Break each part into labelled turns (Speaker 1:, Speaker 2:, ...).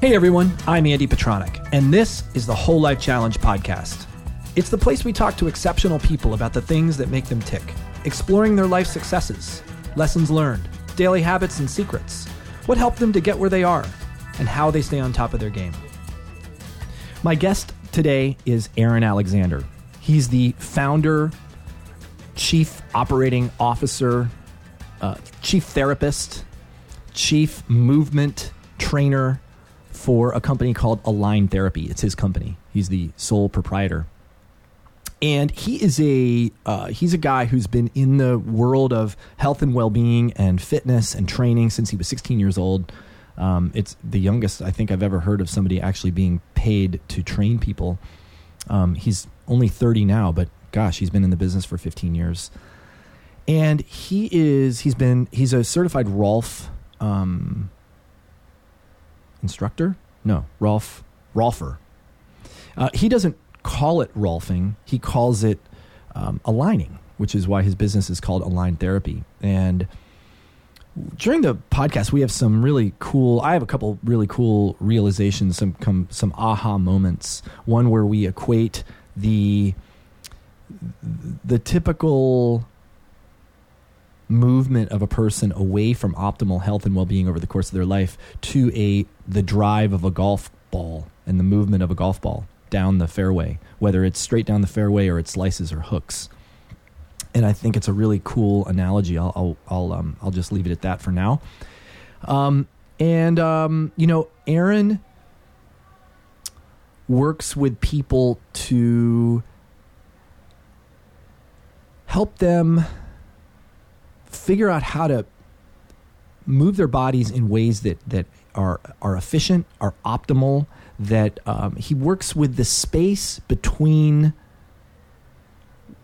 Speaker 1: Hey everyone, I'm Andy Petronic, and this is the Whole Life Challenge podcast. It's the place we talk to exceptional people about the things that make them tick, exploring their life successes, lessons learned, daily habits and secrets, what helped them to get where they are, and how they stay on top of their game. My guest today is Aaron Alexander. He's the founder, chief operating officer, uh, chief therapist, chief movement trainer for a company called Align Therapy. It's his company. He's the sole proprietor, and he is a uh, he's a guy who's been in the world of health and well being and fitness and training since he was 16 years old. Um, it's the youngest I think I've ever heard of somebody actually being paid to train people. Um, he's only 30 now, but gosh, he's been in the business for 15 years and he is he's been he's a certified Rolf um, instructor. No, Rolf Rolfer. Uh, he doesn't call it Rolfing. He calls it um, aligning, which is why his business is called Align Therapy. And during the podcast, we have some really cool. I have a couple really cool realizations, some come, some aha moments. One where we equate the the typical movement of a person away from optimal health and well-being over the course of their life to a the drive of a golf ball and the movement of a golf ball down the fairway whether it's straight down the fairway or it slices or hooks and i think it's a really cool analogy i'll i'll i'll, um, I'll just leave it at that for now um, and um, you know aaron works with people to help them figure out how to move their bodies in ways that that are are efficient, are optimal. That um, he works with the space between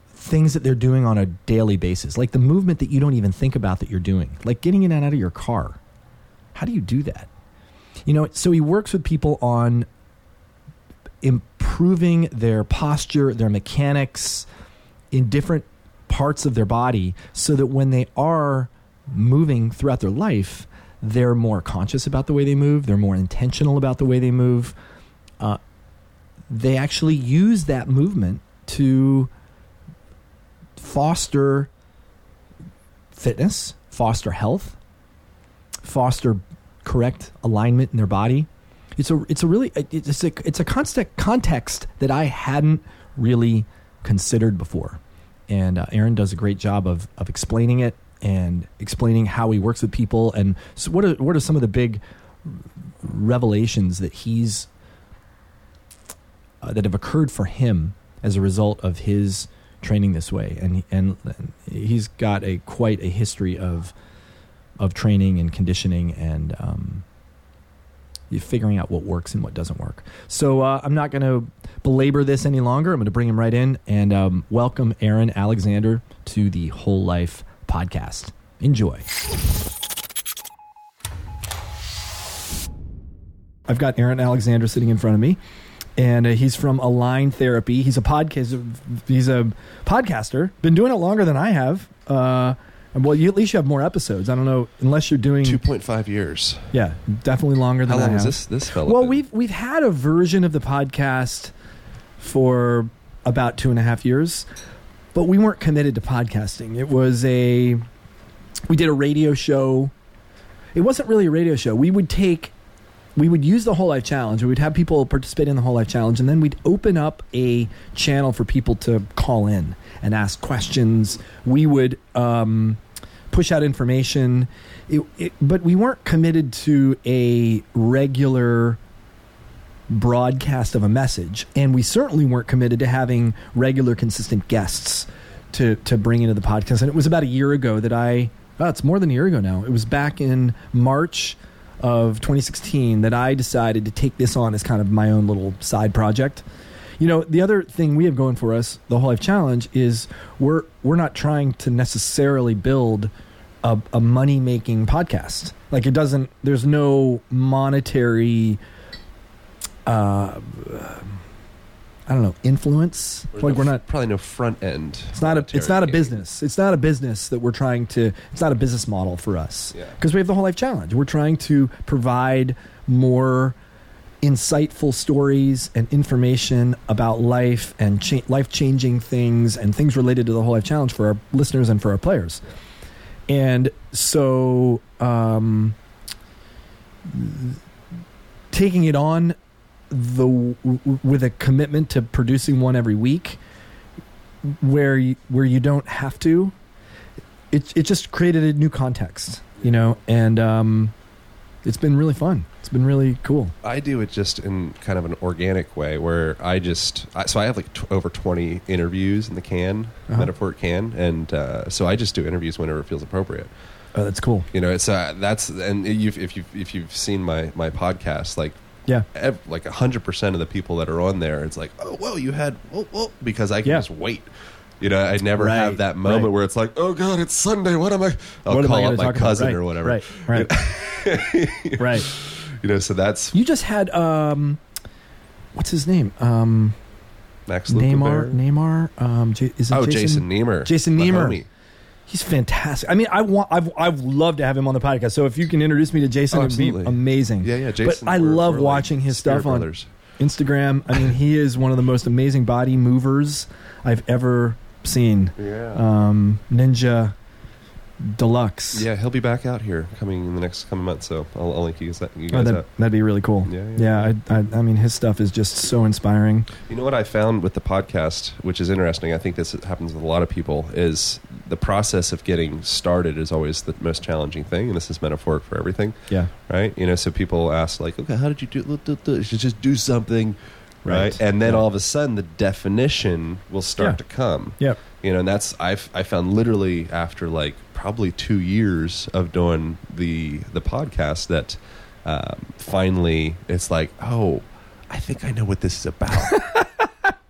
Speaker 1: things that they're doing on a daily basis, like the movement that you don't even think about that you're doing, like getting in and out of your car. How do you do that? You know, so he works with people on improving their posture, their mechanics in different parts of their body so that when they are moving throughout their life, they're more conscious about the way they move, they're more intentional about the way they move. Uh, they actually use that movement to foster fitness, foster health, foster correct alignment in their body. It's a it's a really it's a it's a constant context that I hadn't really considered before, and uh, Aaron does a great job of of explaining it and explaining how he works with people and so what are what are some of the big revelations that he's uh, that have occurred for him as a result of his training this way and and he's got a quite a history of of training and conditioning and um, you figuring out what works and what doesn't work. So uh, I'm not going to belabor this any longer. I'm going to bring him right in and um, welcome Aaron Alexander to the Whole Life Podcast. Enjoy. I've got Aaron Alexander sitting in front of me, and uh, he's from Align Therapy. He's a podcast. He's a podcaster. Been doing it longer than I have. Uh, well, you, at least you have more episodes. I don't know unless you're doing.
Speaker 2: Two point five years.
Speaker 1: yeah, definitely longer than
Speaker 2: How
Speaker 1: I
Speaker 2: long
Speaker 1: have.
Speaker 2: has this this fella?
Speaker 1: Well,
Speaker 2: been?
Speaker 1: we've we've had a version of the podcast for about two and a half years, but we weren't committed to podcasting. It was a we did a radio show. It wasn't really a radio show. We would take we would use the whole life challenge. We would have people participate in the whole life challenge, and then we'd open up a channel for people to call in and ask questions. We would um, push out information, it, it, but we weren't committed to a regular broadcast of a message, and we certainly weren't committed to having regular, consistent guests to to bring into the podcast. And it was about a year ago that I. Oh, it's more than a year ago now. It was back in March of 2016 that I decided to take this on as kind of my own little side project. You know, the other thing we have going for us, the Whole Life Challenge, is we're we're not trying to necessarily build a, a money making podcast. Like it doesn't. There's no monetary I don't know influence.
Speaker 2: There's
Speaker 1: like
Speaker 2: no-
Speaker 1: we're not.
Speaker 2: probably no front end.
Speaker 1: It's not a. It's not a business. It's not a business that we're trying to. It's not a business model for us
Speaker 2: Yeah.
Speaker 1: because we have the whole life challenge. We're trying to provide more insightful stories and information about life and cha- life changing things and things related to the Whole Life Challenge for our listeners and for our players. And so, um, taking it on the w- w- with a commitment to producing one every week, where you, where you don't have to, it it just created a new context, you know, and um, it's been really fun. It's been really cool.
Speaker 2: I do it just in kind of an organic way where I just I, so I have like t- over 20 interviews in the can
Speaker 1: Uh-huh.
Speaker 2: metaphor can and uh, so I just do interviews whenever it feels appropriate
Speaker 1: Oh, that's cool.
Speaker 2: you know it's uh, that's and you've, if you've if you've seen my my podcast like
Speaker 1: Yeah.
Speaker 2: ev- like 100% of the people that are on there it's like oh well you had well, well because I can
Speaker 1: Yeah.
Speaker 2: just wait you know, I never
Speaker 1: Right,
Speaker 2: have that moment
Speaker 1: right.
Speaker 2: where it's like, "Oh God, it's Sunday. What am I?" I'll
Speaker 1: What am I
Speaker 2: call
Speaker 1: gonna
Speaker 2: up my
Speaker 1: talk about?
Speaker 2: cousin
Speaker 1: Right,
Speaker 2: or whatever.
Speaker 1: Right, right, right.
Speaker 2: You know, so that's
Speaker 1: You just had um, what's his name? Um,
Speaker 2: Max
Speaker 1: Neymar.
Speaker 2: Neymar.
Speaker 1: Neymar. Um, J- is it
Speaker 2: Oh,
Speaker 1: Jason?
Speaker 2: Jason, Neymar.
Speaker 1: Jason
Speaker 2: my
Speaker 1: Neymar.
Speaker 2: homie.
Speaker 1: He's fantastic. I mean, I want. I've. I've loved to have him on the podcast. So if you can introduce me to Jason,
Speaker 2: Oh,
Speaker 1: it'd be
Speaker 2: absolutely.
Speaker 1: amazing.
Speaker 2: Yeah, yeah. Jason,
Speaker 1: but I
Speaker 2: we're-
Speaker 1: love
Speaker 2: we're like
Speaker 1: watching his
Speaker 2: spirit
Speaker 1: stuff on
Speaker 2: brothers.
Speaker 1: Instagram. I mean, he is one of the most amazing body movers I've ever seen.
Speaker 2: Yeah,
Speaker 1: Um, Ninja Deluxe.
Speaker 2: yeah. He'll be back out here coming in the next coming month, so I'll, I'll link you guys, you
Speaker 1: Oh,
Speaker 2: guys
Speaker 1: that,
Speaker 2: up.
Speaker 1: that'd be really cool.
Speaker 2: Yeah,
Speaker 1: Yeah, I, I, I mean, his stuff is just so inspiring.
Speaker 2: You know what I found with the podcast, which is interesting. I think this happens with a lot of people. Is the process of getting started is always the most challenging thing, and this is metaphoric for everything,
Speaker 1: Yeah,
Speaker 2: right? You know, so people ask like, okay, how did you do? do- do- do- You should just do something. Right.
Speaker 1: Right.
Speaker 2: and then
Speaker 1: Yeah.
Speaker 2: all of a sudden the definition will start
Speaker 1: Yeah.
Speaker 2: to come.
Speaker 1: yeah,
Speaker 2: you know and that's i've i found literally after like probably two years of doing the the podcast that um, finally it's like oh i think i know what this is about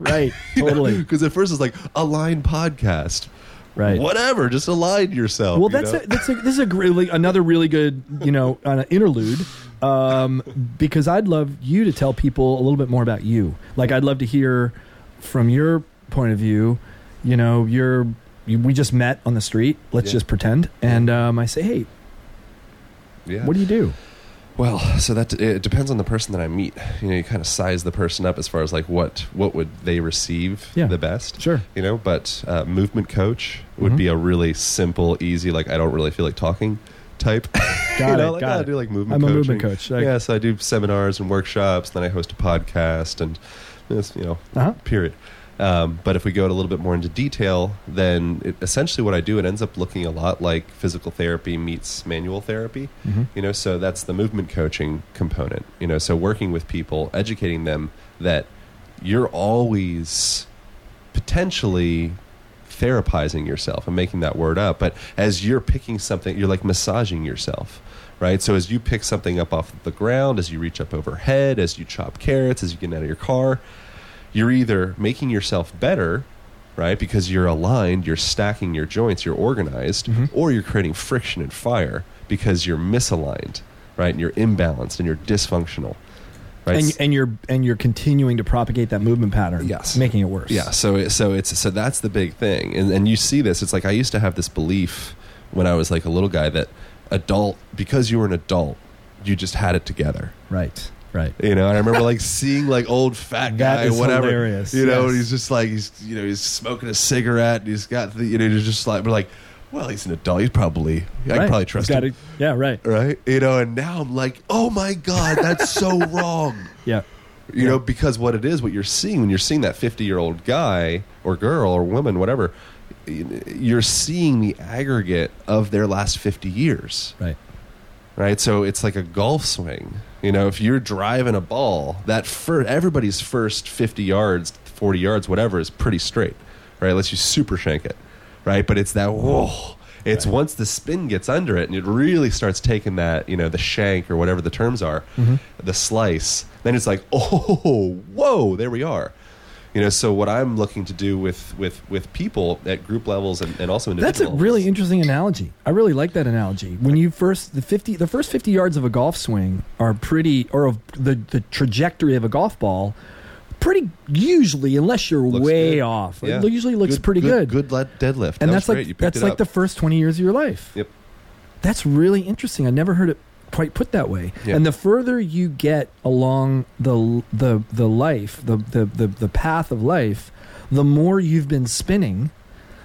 Speaker 1: right, totally,
Speaker 2: because at first it's like a line podcast
Speaker 1: right.
Speaker 2: whatever just align yourself
Speaker 1: Well,
Speaker 2: you
Speaker 1: that's
Speaker 2: know?
Speaker 1: a, that's a, this is a gr- like another really good you know uh, interlude um, because I'd love you to tell people a little bit more about you. Like I'd love to hear from your point of view. You know, you're you, we just met on the street. Let's
Speaker 2: Yeah.
Speaker 1: just pretend, and um, I say, hey,
Speaker 2: yeah.
Speaker 1: what do you do?
Speaker 2: Well, so that it depends on the person that I meet. You know, you kind of size the person up as far as like what what would they receive
Speaker 1: Yeah.
Speaker 2: the best.
Speaker 1: Sure.
Speaker 2: You know, but uh, movement coach would
Speaker 1: Mhm.
Speaker 2: be a really simple, easy like I don't really feel like talking type.
Speaker 1: Got
Speaker 2: you
Speaker 1: it.
Speaker 2: know, like,
Speaker 1: got
Speaker 2: I
Speaker 1: it.
Speaker 2: do like movement.
Speaker 1: I'm a
Speaker 2: coaching.
Speaker 1: movement coach. Like,
Speaker 2: yeah, so I do seminars and workshops. Then I host a podcast, and this, you know,
Speaker 1: Uh-huh.
Speaker 2: period. Um, but if we go a little bit more into detail, then it, essentially what I do, it ends up looking a lot like physical therapy meets manual therapy.
Speaker 1: Mhm.
Speaker 2: You know, so that's the movement coaching component. You know, so working with people, educating them that you're always potentially therapizing yourself. I'm making that word up, but as you're picking something, you're like massaging yourself, right? So as you pick something up off the ground, as you reach up overhead, as you chop carrots, as you get out of your car, you're either making yourself better, right? Because you're aligned, you're stacking your joints, you're organized,
Speaker 1: Mhm.
Speaker 2: or you're creating friction and fire because you're misaligned, right? And you're imbalanced and you're dysfunctional. Right?
Speaker 1: And, and you're and you're continuing to propagate that movement pattern.
Speaker 2: Yes.
Speaker 1: making it worse.
Speaker 2: Yeah, so it- so it's so that's the big thing, and and you see this. It's like I used to have this belief when I was like a little guy that adult because you were an adult, you just had it together.
Speaker 1: Right. Right.
Speaker 2: You know, and I remember like seeing like old fat
Speaker 1: That
Speaker 2: guy,
Speaker 1: is
Speaker 2: whatever.
Speaker 1: hilarious,
Speaker 2: You know,
Speaker 1: yes.
Speaker 2: and he's just like he's you know he's smoking a cigarette. And he's got the you know he's just like we're like, well, he's an adult. He's probably I
Speaker 1: Right.
Speaker 2: can probably trust
Speaker 1: He's got
Speaker 2: him,
Speaker 1: it- Yeah. Right.
Speaker 2: right? You know, and now I'm like, oh my god, that's so wrong.
Speaker 1: Yeah.
Speaker 2: You
Speaker 1: Yeah.
Speaker 2: know, because what it is, what you're seeing when you're seeing that 50 year old guy or girl or woman, whatever, you're seeing the aggregate of their last 50 years,
Speaker 1: Right.
Speaker 2: right? So it's like a golf swing. You know, if you're driving a ball, that first, everybody's first 50 yards, 40 yards, whatever, is pretty straight, right? Unless you super shank it, right? But it's that, whoa. It's once the spin gets under it and it really starts taking that, you know, the shank or whatever the terms are,
Speaker 1: Mm-hmm.
Speaker 2: the slice, then it's like, oh, whoa, there we are. You know, so what I'm looking to do with with with people at group levels and, and also individual
Speaker 1: That's a
Speaker 2: levels-
Speaker 1: really interesting analogy. I really like that analogy. When you first the fifty, the first fifty yards of a golf swing are pretty, or of the the trajectory of a golf ball, pretty usually, unless you're
Speaker 2: Looks
Speaker 1: way
Speaker 2: good.
Speaker 1: off,
Speaker 2: Yeah.
Speaker 1: it usually looks pretty good.
Speaker 2: Good, le- deadlift,
Speaker 1: And
Speaker 2: That was
Speaker 1: that's
Speaker 2: great.
Speaker 1: like
Speaker 2: You picked
Speaker 1: that's
Speaker 2: it
Speaker 1: like
Speaker 2: up.
Speaker 1: the first twenty years of your life.
Speaker 2: Yep.
Speaker 1: That's really interesting. I never heard it quite put that way.
Speaker 2: Yeah.
Speaker 1: And the further you get along the the the life, the, the the the path of life, the more you've been spinning,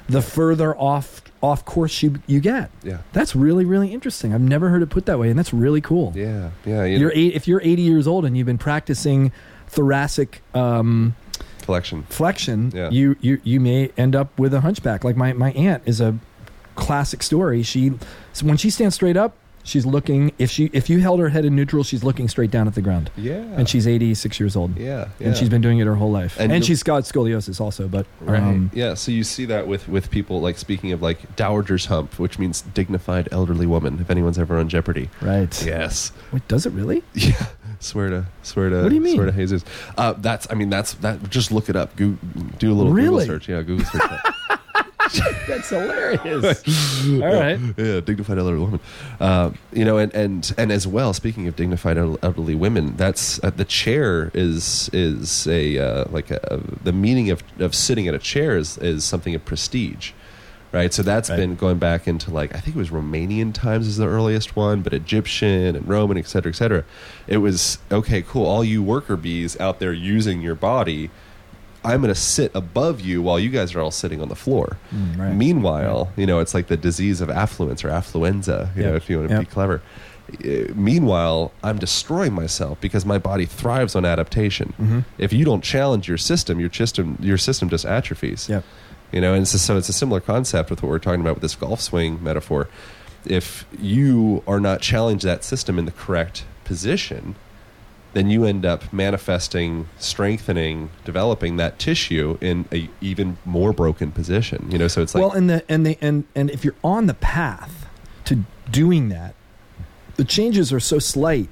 Speaker 1: the further off off course you you get.
Speaker 2: Yeah.
Speaker 1: That's really really interesting. I've never heard it put that way, and that's really cool.
Speaker 2: Yeah. Yeah. You
Speaker 1: You're eight, if you're 80 years old and you've been practicing thoracic um,
Speaker 2: collection.
Speaker 1: flexion,
Speaker 2: Yeah.
Speaker 1: you, you you may end up with a hunchback. Like my, my aunt is a classic story. She so when she stands straight up, she's looking if she if you held her head in neutral, she's looking straight down at the ground.
Speaker 2: Yeah.
Speaker 1: And she's 86 years old.
Speaker 2: Yeah. yeah.
Speaker 1: And she's been doing it her whole life.
Speaker 2: And
Speaker 1: And,
Speaker 2: you'll-
Speaker 1: she's got scoliosis also, but
Speaker 2: Right.
Speaker 1: um,
Speaker 2: yeah. So you see that with with people like speaking of like dowager's hump, which means dignified elderly woman. If anyone's ever on Jeopardy.
Speaker 1: right.
Speaker 2: Yes.
Speaker 1: Wait, does it really?
Speaker 2: Yeah. Swear to swear to
Speaker 1: What do you mean?
Speaker 2: swear to Jesus. Uh, that's I mean that's that. Just look it up. Goo do a little Google
Speaker 1: Really?
Speaker 2: search. Yeah. Google search. that.
Speaker 1: That's hilarious. All right.
Speaker 2: yeah, dignified elderly woman. Uh, you know, and, and and as well, speaking of dignified el- elderly women, that's uh, the chair is is a uh, like a, a- the meaning of of sitting at a chair is is something of prestige. Right, so that's
Speaker 1: Right.
Speaker 2: been going back into like I think it was Romanian times is the earliest one, but Egyptian and Roman, et cetera, et cetera. It was okay, cool. All you worker bees out there using your body, I'm going to sit above you while you guys are all sitting on the floor.
Speaker 1: Mm, right.
Speaker 2: Meanwhile, you know, it's like the disease of affluence or affluenza, you know,
Speaker 1: Yep.
Speaker 2: if you want to be
Speaker 1: Yep.
Speaker 2: clever. Uh, Meanwhile, I'm destroying myself because my body thrives on adaptation.
Speaker 1: Mm-hmm.
Speaker 2: If you don't challenge your system, your system your system just atrophies.
Speaker 1: Yep.
Speaker 2: You know, and so, so it's a similar concept with what we're talking about with this golf swing metaphor. If you are not challenged that system in the correct position, then you end up manifesting, strengthening, developing that tissue in a even more broken position. You know, so it's like
Speaker 1: well, and the and the and and if you're on the path to doing that, the changes are so slight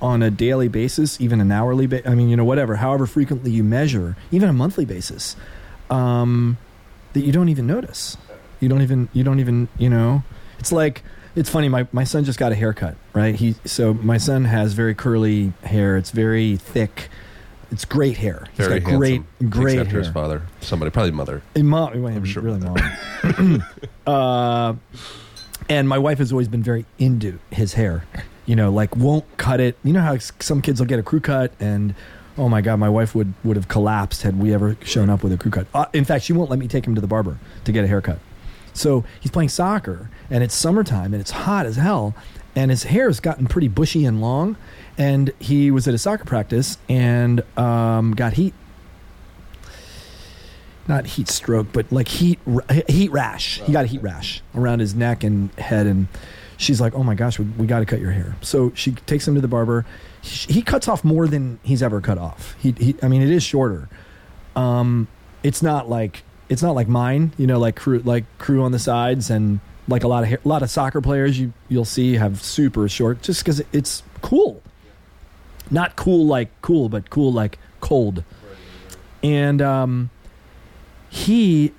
Speaker 1: on a daily basis, even an hourly. Ba- I mean, you know, whatever, however frequently you measure, even a monthly basis, um, that you don't even notice. You don't even you don't even you know. It's like it's funny. My my son just got a haircut, right? He so my son has very curly hair. It's very thick. It's great hair. He's
Speaker 2: very
Speaker 1: got
Speaker 2: handsome.
Speaker 1: great great
Speaker 2: Takes after
Speaker 1: hair.
Speaker 2: his father, somebody, probably mother.
Speaker 1: And mom, well,
Speaker 2: I'm sure
Speaker 1: really mom. uh, and my wife has always been very into his hair. You know, like won't cut it. You know how s- some kids will get a crew cut, and oh my god, my wife would would have collapsed had we ever shown up with a crew cut. Uh, in fact, she won't let me take him to the barber to get a haircut. So he's playing soccer, and it's summertime, and it's hot as hell, and his hair's gotten pretty bushy and long. And he was at a soccer practice and um, got heat not heat stroke, but like heat ra- heat rash. he got a heat rash around his neck and head, and she's like, "Oh my gosh, we, we got to cut your hair." So she takes him to the barber. He, he cuts off more than he's ever cut off. He, he I mean, it is shorter. Um, it's not like it's not like mine, you know, like crew like crew on the sides and like a lot of hair, a lot of soccer players you you'll see have super short just because it's cool. Not cool like cool, but cool like cold. And um, he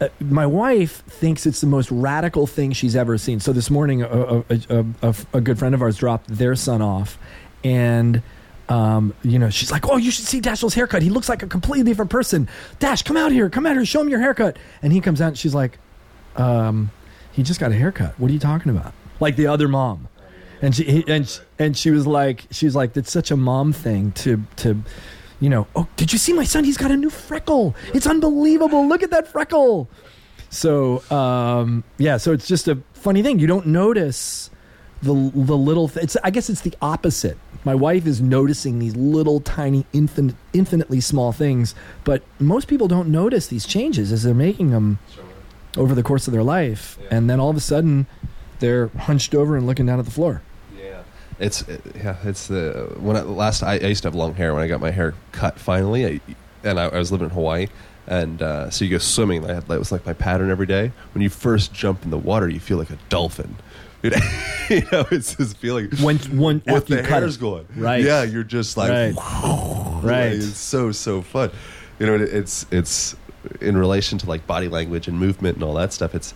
Speaker 1: uh, my wife thinks it's the most radical thing she's ever seen so this morning a, a, a, a, a good friend of ours dropped their son off and um, you know she's like oh you should see dashiell's haircut he looks like a completely different person dash come out here come out here show him your haircut and he comes out and she's like um, he just got a haircut what are you talking about like the other mom and she he, and she, and she was like she was like that's such a mom thing to to you know oh did you see my son he's got a new freckle it's unbelievable look at that freckle so um yeah so it's just a funny thing you don't notice the the little th- it's i guess it's the opposite my wife is noticing these little tiny infinite, infinitely small things but most people don't notice these changes as they're making them over the course of their life
Speaker 2: Yeah.
Speaker 1: and then all of a sudden they're hunched over and looking down at the floor
Speaker 2: Yeah, it's it- yeah, it's the when I, last I, I used to have long hair when I got my hair cut finally, I, and I, I was living in Hawaii, and uh, so you go swimming. I had, that was like my pattern every day. When you first jump in the water, you feel like a dolphin. you know, it's this feeling.
Speaker 1: when one
Speaker 2: With
Speaker 1: after
Speaker 2: the
Speaker 1: you cut
Speaker 2: hair's
Speaker 1: it.
Speaker 2: going,
Speaker 1: Right.
Speaker 2: Yeah, you're just like,
Speaker 1: Right.
Speaker 2: wow.
Speaker 1: Right.
Speaker 2: Like, it's so so fun. You know, it, it's it's in relation to like body language and movement and all that stuff. It's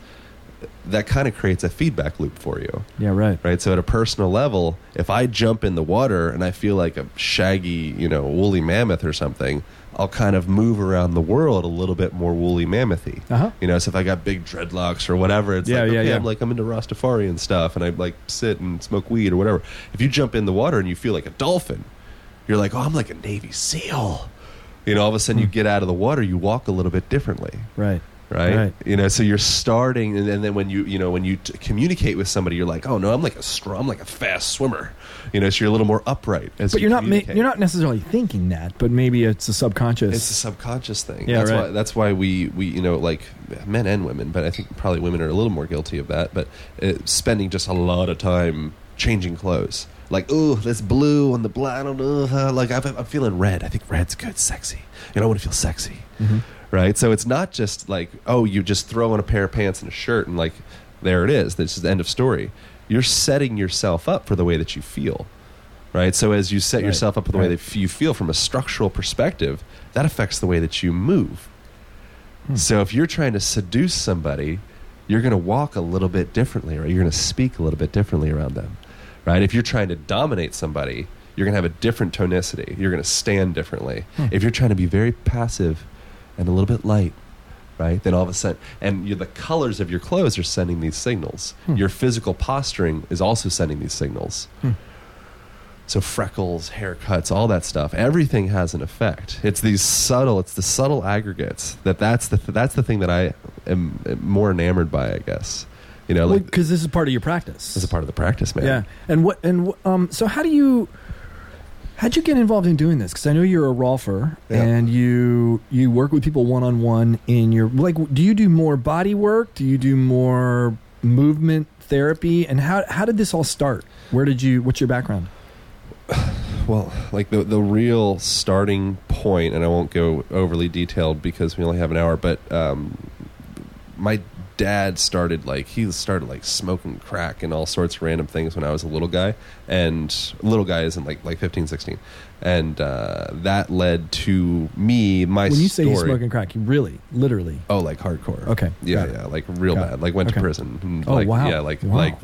Speaker 2: that kind of creates a feedback loop for you,
Speaker 1: Yeah, right.
Speaker 2: right? So at a personal level, if I jump in the water and I feel like a shaggy, you know, woolly mammoth or something, I'll kind of move around the world a little bit more woolly mammothy.
Speaker 1: Uh huh.
Speaker 2: You know, so if I got big dreadlocks or whatever, it's
Speaker 1: Yeah,
Speaker 2: like,
Speaker 1: yeah,
Speaker 2: okay,
Speaker 1: yeah.
Speaker 2: I'm like, I'm into Rastafari and stuff, and I like sit and smoke weed or whatever. If you jump in the water and you feel like a dolphin, you're like, oh, I'm like a Navy SEAL. You know, all of a sudden
Speaker 1: Hmm.
Speaker 2: you get out of the water, you walk a little bit differently,
Speaker 1: Right.
Speaker 2: right?
Speaker 1: Right.
Speaker 2: You know, so you're starting, and, and then when you, you know, when you t- communicate with somebody, you're like, oh no, I'm like a str- I'm like a fast swimmer. You know, so you're a little more upright. As
Speaker 1: But
Speaker 2: you
Speaker 1: you're not ma-
Speaker 2: communicate.
Speaker 1: you're not necessarily thinking that, but maybe it's a subconscious.
Speaker 2: It's a subconscious thing.
Speaker 1: Yeah,
Speaker 2: that's
Speaker 1: right.
Speaker 2: why that's why we we you know like men and women, but I think probably women are a little more guilty of that. But uh, spending just a lot of time changing clothes, like oh that's blue on the black, I don't know, uh, like I've, I'm feeling red. I think red's good, sexy. You know, I want to feel sexy,
Speaker 1: Mhm.
Speaker 2: right? So it's not just like oh you just throw on a pair of pants and a shirt and like there it is. This is the end of story. You're setting yourself up for the way that you feel right? So as you set
Speaker 1: Right.
Speaker 2: yourself up the way
Speaker 1: Right.
Speaker 2: that f- you feel from a structural perspective, that affects the way that you move.
Speaker 1: Hmm.
Speaker 2: So if you're trying to seduce somebody, you're going to walk a little bit differently, right? You're going to speak a little bit differently around them, right? If you're trying to dominate somebody, you're going to have a different tonicity. You're going to stand differently.
Speaker 1: Hmm.
Speaker 2: If you're trying to be very passive and a little bit light, right? Then all of a sudden, and you the colors of your clothes are sending these signals.
Speaker 1: Hmm.
Speaker 2: Your physical posturing is also sending these signals.
Speaker 1: Hmm.
Speaker 2: So freckles, haircuts, all that stuff, everything has an effect. It's these subtle, it's the subtle aggregates that that's the that's the thing that I am more enamored by, I guess. You know,
Speaker 1: because
Speaker 2: like
Speaker 1: this is part of your practice.
Speaker 2: this is part of the practice, man.
Speaker 1: yeah. And what and wh- um so how do you how'd you get involved in doing this? Because I know you're a rolfer
Speaker 2: Yeah.
Speaker 1: and you you work with people one on one in your like. Do you do more body work? Do you do more movement therapy? And how how did this all start? Where did you? What's your background?
Speaker 2: Well, like the the real starting point, and I won't go overly detailed because we only have an hour. But um, my dad started like he started like smoking crack and all sorts of random things when I was a little guy, and little guy isn't like like 15, 16. and uh, that led to me my
Speaker 1: when you say
Speaker 2: story.
Speaker 1: he's smoking crack, you really, literally.
Speaker 2: Oh, like hardcore.
Speaker 1: Okay.
Speaker 2: Yeah,
Speaker 1: Got it.
Speaker 2: yeah, like real
Speaker 1: Got it.
Speaker 2: bad. Like went
Speaker 1: Okay.
Speaker 2: to prison. and,
Speaker 1: Oh,
Speaker 2: like,
Speaker 1: wow.
Speaker 2: Yeah, like
Speaker 1: Wow.
Speaker 2: like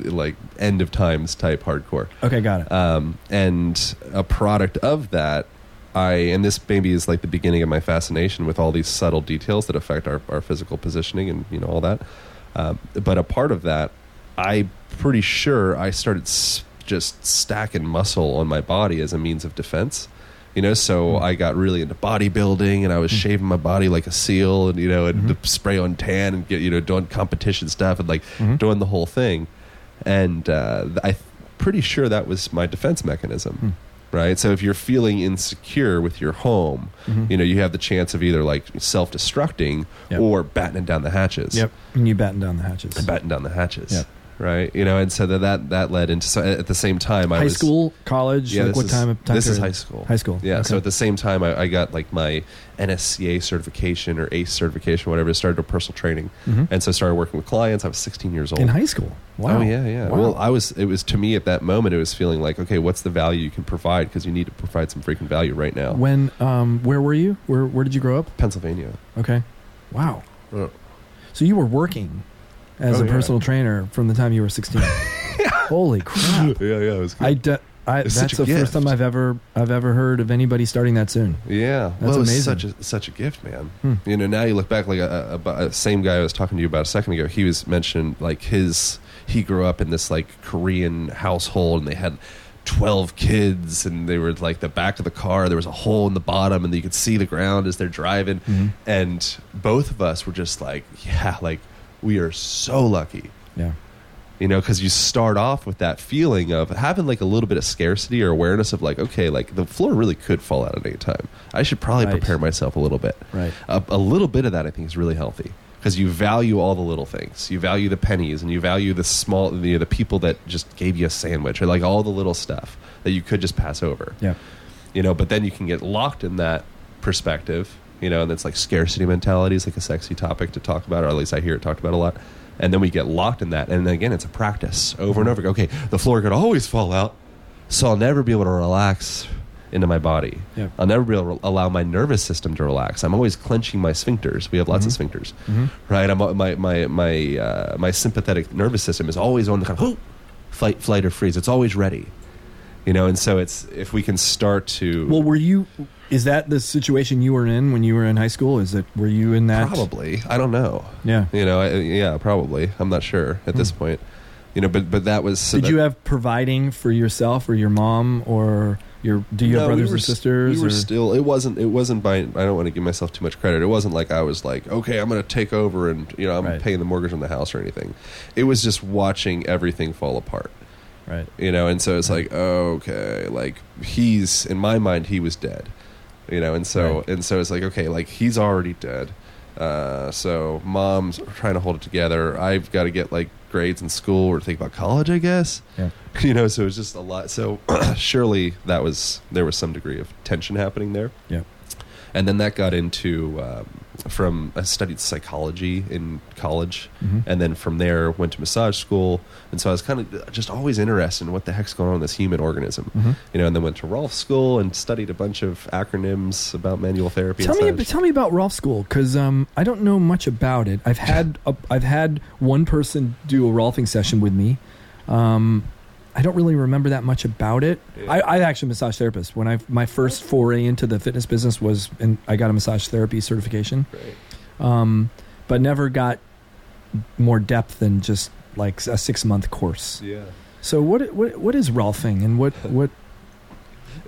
Speaker 2: like end of times type hardcore
Speaker 1: Okay, got it.
Speaker 2: um, and a product of that i and this maybe is like the beginning of my fascination with all these subtle details that affect our, our physical positioning and you know all that um, but a part of that i pretty sure i started s- just stacking muscle on my body as a means of defense you know so i got really into bodybuilding and i was shaving my body like a seal and you know and
Speaker 1: Mhm.
Speaker 2: spray on tan and get you know doing competition stuff and like
Speaker 1: Mhm.
Speaker 2: doing the whole thing and uh, th- I'm pretty sure that was my defense mechanism,
Speaker 1: Hmm.
Speaker 2: right? So if you're feeling insecure with your home,
Speaker 1: Mhm.
Speaker 2: you know you have the chance of either like self-destructing
Speaker 1: Yep.
Speaker 2: or battening down the hatches.
Speaker 1: Yep. And you batten down the hatches.
Speaker 2: battening down the hatches.
Speaker 1: Yep.
Speaker 2: Right, you know, and so that that, that led into so at the same time I
Speaker 1: high
Speaker 2: was
Speaker 1: school, college.
Speaker 2: Yeah,
Speaker 1: like
Speaker 2: this
Speaker 1: what
Speaker 2: is-
Speaker 1: time? of- time
Speaker 2: this is
Speaker 1: period?
Speaker 2: high school.
Speaker 1: High school.
Speaker 2: yeah. So
Speaker 1: okay.
Speaker 2: at the same time, I, I got like my NSCA certification or ACE certification, whatever. Started doing personal training,
Speaker 1: Mhm.
Speaker 2: and so I started working with clients. I was 16 years old
Speaker 1: in high school. Wow.
Speaker 2: Oh yeah, yeah.
Speaker 1: Wow.
Speaker 2: Well, I was. It was to me at that moment. It was feeling like, okay, what's the value you can provide? Because you need to provide some freaking value right now.
Speaker 1: When? Um. Where were you? Where? Where did you grow up?
Speaker 2: Pennsylvania.
Speaker 1: Okay. Wow.
Speaker 2: Yeah.
Speaker 1: So you were working as
Speaker 2: Oh,
Speaker 1: a
Speaker 2: yeah.
Speaker 1: personal trainer from the time you were 16. Holy crap.
Speaker 2: yeah, yeah. It was
Speaker 1: I, d- I
Speaker 2: It's
Speaker 1: that's
Speaker 2: such a
Speaker 1: the first
Speaker 2: gift.
Speaker 1: time I've ever I've ever heard of anybody starting that soon.
Speaker 2: yeah. well, it was
Speaker 1: amazing.
Speaker 2: such a such a gift, man.
Speaker 1: Hmm.
Speaker 2: You know, now you look back like a, a, a- a- same guy I was talking to you about a second ago. He was mentioning like his he grew up in this like Korean household, and they had. 12 kids and they were like the back of the car there was a hole in the bottom and you could see the ground as they're driving
Speaker 1: Mm-hmm.
Speaker 2: and both of us were just like yeah like we are so lucky
Speaker 1: Yeah.
Speaker 2: you know because you start off with that feeling of having like a little bit of scarcity or awareness of like okay like the floor really could fall out at any time i should probably
Speaker 1: Right.
Speaker 2: prepare myself a little bit
Speaker 1: Right.
Speaker 2: a, a little bit of that i think is really healthy because you value all the little things you value the pennies and you value the small you know, the people that just gave you a sandwich or like all the little stuff that you could just pass over
Speaker 1: Yeah.
Speaker 2: you know but then you can get locked in that perspective you know and it's like scarcity mentality is like a sexy topic to talk about or at least i hear it talked about a lot and then we get locked in that and again it's a practice over and over okay the floor could always fall out so i'll never be able to relax into my body.
Speaker 1: Yeah.
Speaker 2: I'll never be able to allow my nervous system to relax. I'm always clenching my sphincters. We have lots of
Speaker 1: Mm-hmm.
Speaker 2: sphincters, right? I'm my my my uh, my sympathetic nervous system is always on the kind of "Hoo!" flight, flight or freeze. It's always ready, you know. And so it's if we can start to
Speaker 1: Well, were you? Is that the situation you were in when you were in high school? Is that were you in that?
Speaker 2: probably I don't know,
Speaker 1: Yeah.
Speaker 2: you know, I, yeah, probably. I'm not sure at this point, you know. But but that was so
Speaker 1: Hmm. Did
Speaker 2: that-
Speaker 1: you have providing for yourself or your mom or your? Do you have
Speaker 2: No, we
Speaker 1: brothers
Speaker 2: were
Speaker 1: or
Speaker 2: s-
Speaker 1: sisters?
Speaker 2: We were
Speaker 1: or-
Speaker 2: still. It wasn't. It wasn't by. I don't want to give myself too much credit. It wasn't like I was like, okay, I'm going to take over and you know I'm
Speaker 1: Right.
Speaker 2: paying the mortgage on the house or anything. It was just watching everything fall apart.
Speaker 1: right.
Speaker 2: You know, and so it's like, okay, like he's in my mind he was dead. You know, and so
Speaker 1: Right.
Speaker 2: and so it's like okay, like he's already dead. Uh, so mom's trying to hold it together. I've got to get like grades in school or think about college, I guess
Speaker 1: Yeah.
Speaker 2: you know so it was just a lot so surely that was there was some degree of tension happening there
Speaker 1: Yeah.
Speaker 2: and then that got into um, from i studied psychology in college
Speaker 1: Mhm.
Speaker 2: and then from there went to massage school and so i was kind of just always interested in what the heck's going on in this human organism
Speaker 1: Mhm.
Speaker 2: you know and then went to rolf school and studied a bunch of acronyms about manual therapy
Speaker 1: Tell
Speaker 2: and
Speaker 1: me,
Speaker 2: such.
Speaker 1: tell me about Rolf School because um, I don't know much about it. I've had a, I've had one person do a Rolfing session with me. Um, I don't really remember that much about it.
Speaker 2: Yeah.
Speaker 1: I, I actually massage therapist. When I my first foray into the fitness business was, and I got a massage therapy certification,
Speaker 2: Right.
Speaker 1: um, but never got more depth than just like a six month course.
Speaker 2: yeah
Speaker 1: So what what what is Rolfing and what what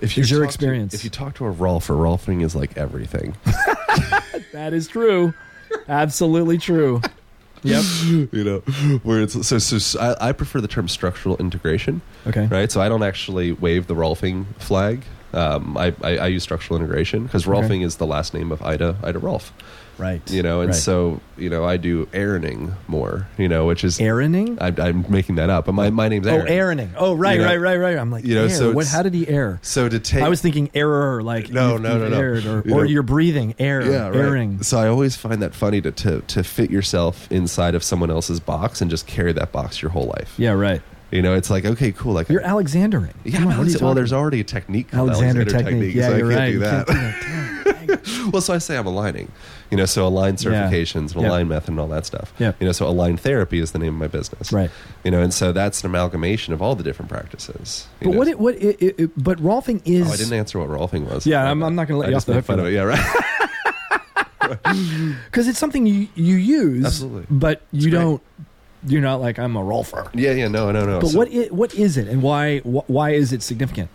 Speaker 2: if
Speaker 1: Is your
Speaker 2: talk to-
Speaker 1: experience-
Speaker 2: if you talk to a rolfer rolfing is like everything
Speaker 1: that is true, absolutely true. Yep.
Speaker 2: you know where it's so so, so I, I prefer the term structural integration
Speaker 1: Okay.
Speaker 2: right so i don't actually wave the rolfing flag um, I, I, I use structural integration because
Speaker 1: Okay.
Speaker 2: rolfing is the last name of ida ida rolf
Speaker 1: Right.
Speaker 2: you know and
Speaker 1: Right.
Speaker 2: so you know i do aeroning more you know which is
Speaker 1: Aaroning.
Speaker 2: I, i'm making that up but my, my name's
Speaker 1: Oh,
Speaker 2: aaron
Speaker 1: Aaroning. Oh, right,
Speaker 2: Uh, You know-
Speaker 1: right, right, right. I'm like,
Speaker 2: you know,
Speaker 1: air.
Speaker 2: so
Speaker 1: what?
Speaker 2: it's-
Speaker 1: How did he air?
Speaker 2: so to take
Speaker 1: I was thinking error, like
Speaker 2: No,
Speaker 1: you've-
Speaker 2: no,
Speaker 1: you've
Speaker 2: no, no.
Speaker 1: aired, or,
Speaker 2: You
Speaker 1: or
Speaker 2: know-
Speaker 1: you're breathing, air,
Speaker 2: yeah, right.
Speaker 1: airing.
Speaker 2: So I always find that funny to, to to fit yourself inside of someone else's box and just carry that box your whole life.
Speaker 1: Yeah, right.
Speaker 2: You know, it's like okay, cool. Like
Speaker 1: You're Alexandering.
Speaker 2: Yeah,
Speaker 1: Come on, what are you
Speaker 2: Alexander, well,
Speaker 1: talking
Speaker 2: there's already a technique
Speaker 1: about?
Speaker 2: called
Speaker 1: Alexander, technique. Yeah,
Speaker 2: so I
Speaker 1: you're
Speaker 2: can't
Speaker 1: right.
Speaker 2: do
Speaker 1: You can't
Speaker 2: that.
Speaker 1: do that. Damn, dang it.
Speaker 2: well, so I say I'm aligning, you know, so align
Speaker 1: Yeah.
Speaker 2: certifications and
Speaker 1: Yep.
Speaker 2: align method and all that stuff.
Speaker 1: Yep.
Speaker 2: You know, so align therapy is the name of my business.
Speaker 1: Right.
Speaker 2: You know, and so that's an amalgamation of all the different practices. you
Speaker 1: But
Speaker 2: know.
Speaker 1: what? It, what? It, it, it, but Rolfing
Speaker 2: Oh,
Speaker 1: is.
Speaker 2: I didn't answer what rolfing was.
Speaker 1: Yeah, I'm- I'm not gonna let
Speaker 2: I
Speaker 1: you
Speaker 2: just
Speaker 1: off the
Speaker 2: made
Speaker 1: hook for
Speaker 2: fun of it. Yeah, right.
Speaker 1: because it's something you you use,
Speaker 2: Absolutely.
Speaker 1: but you
Speaker 2: great.
Speaker 1: don't. You're not like I'm a rolfer.
Speaker 2: yeah, yeah. No, no, no.
Speaker 1: But
Speaker 2: So
Speaker 1: what i what is it, and why wh- why is it significant?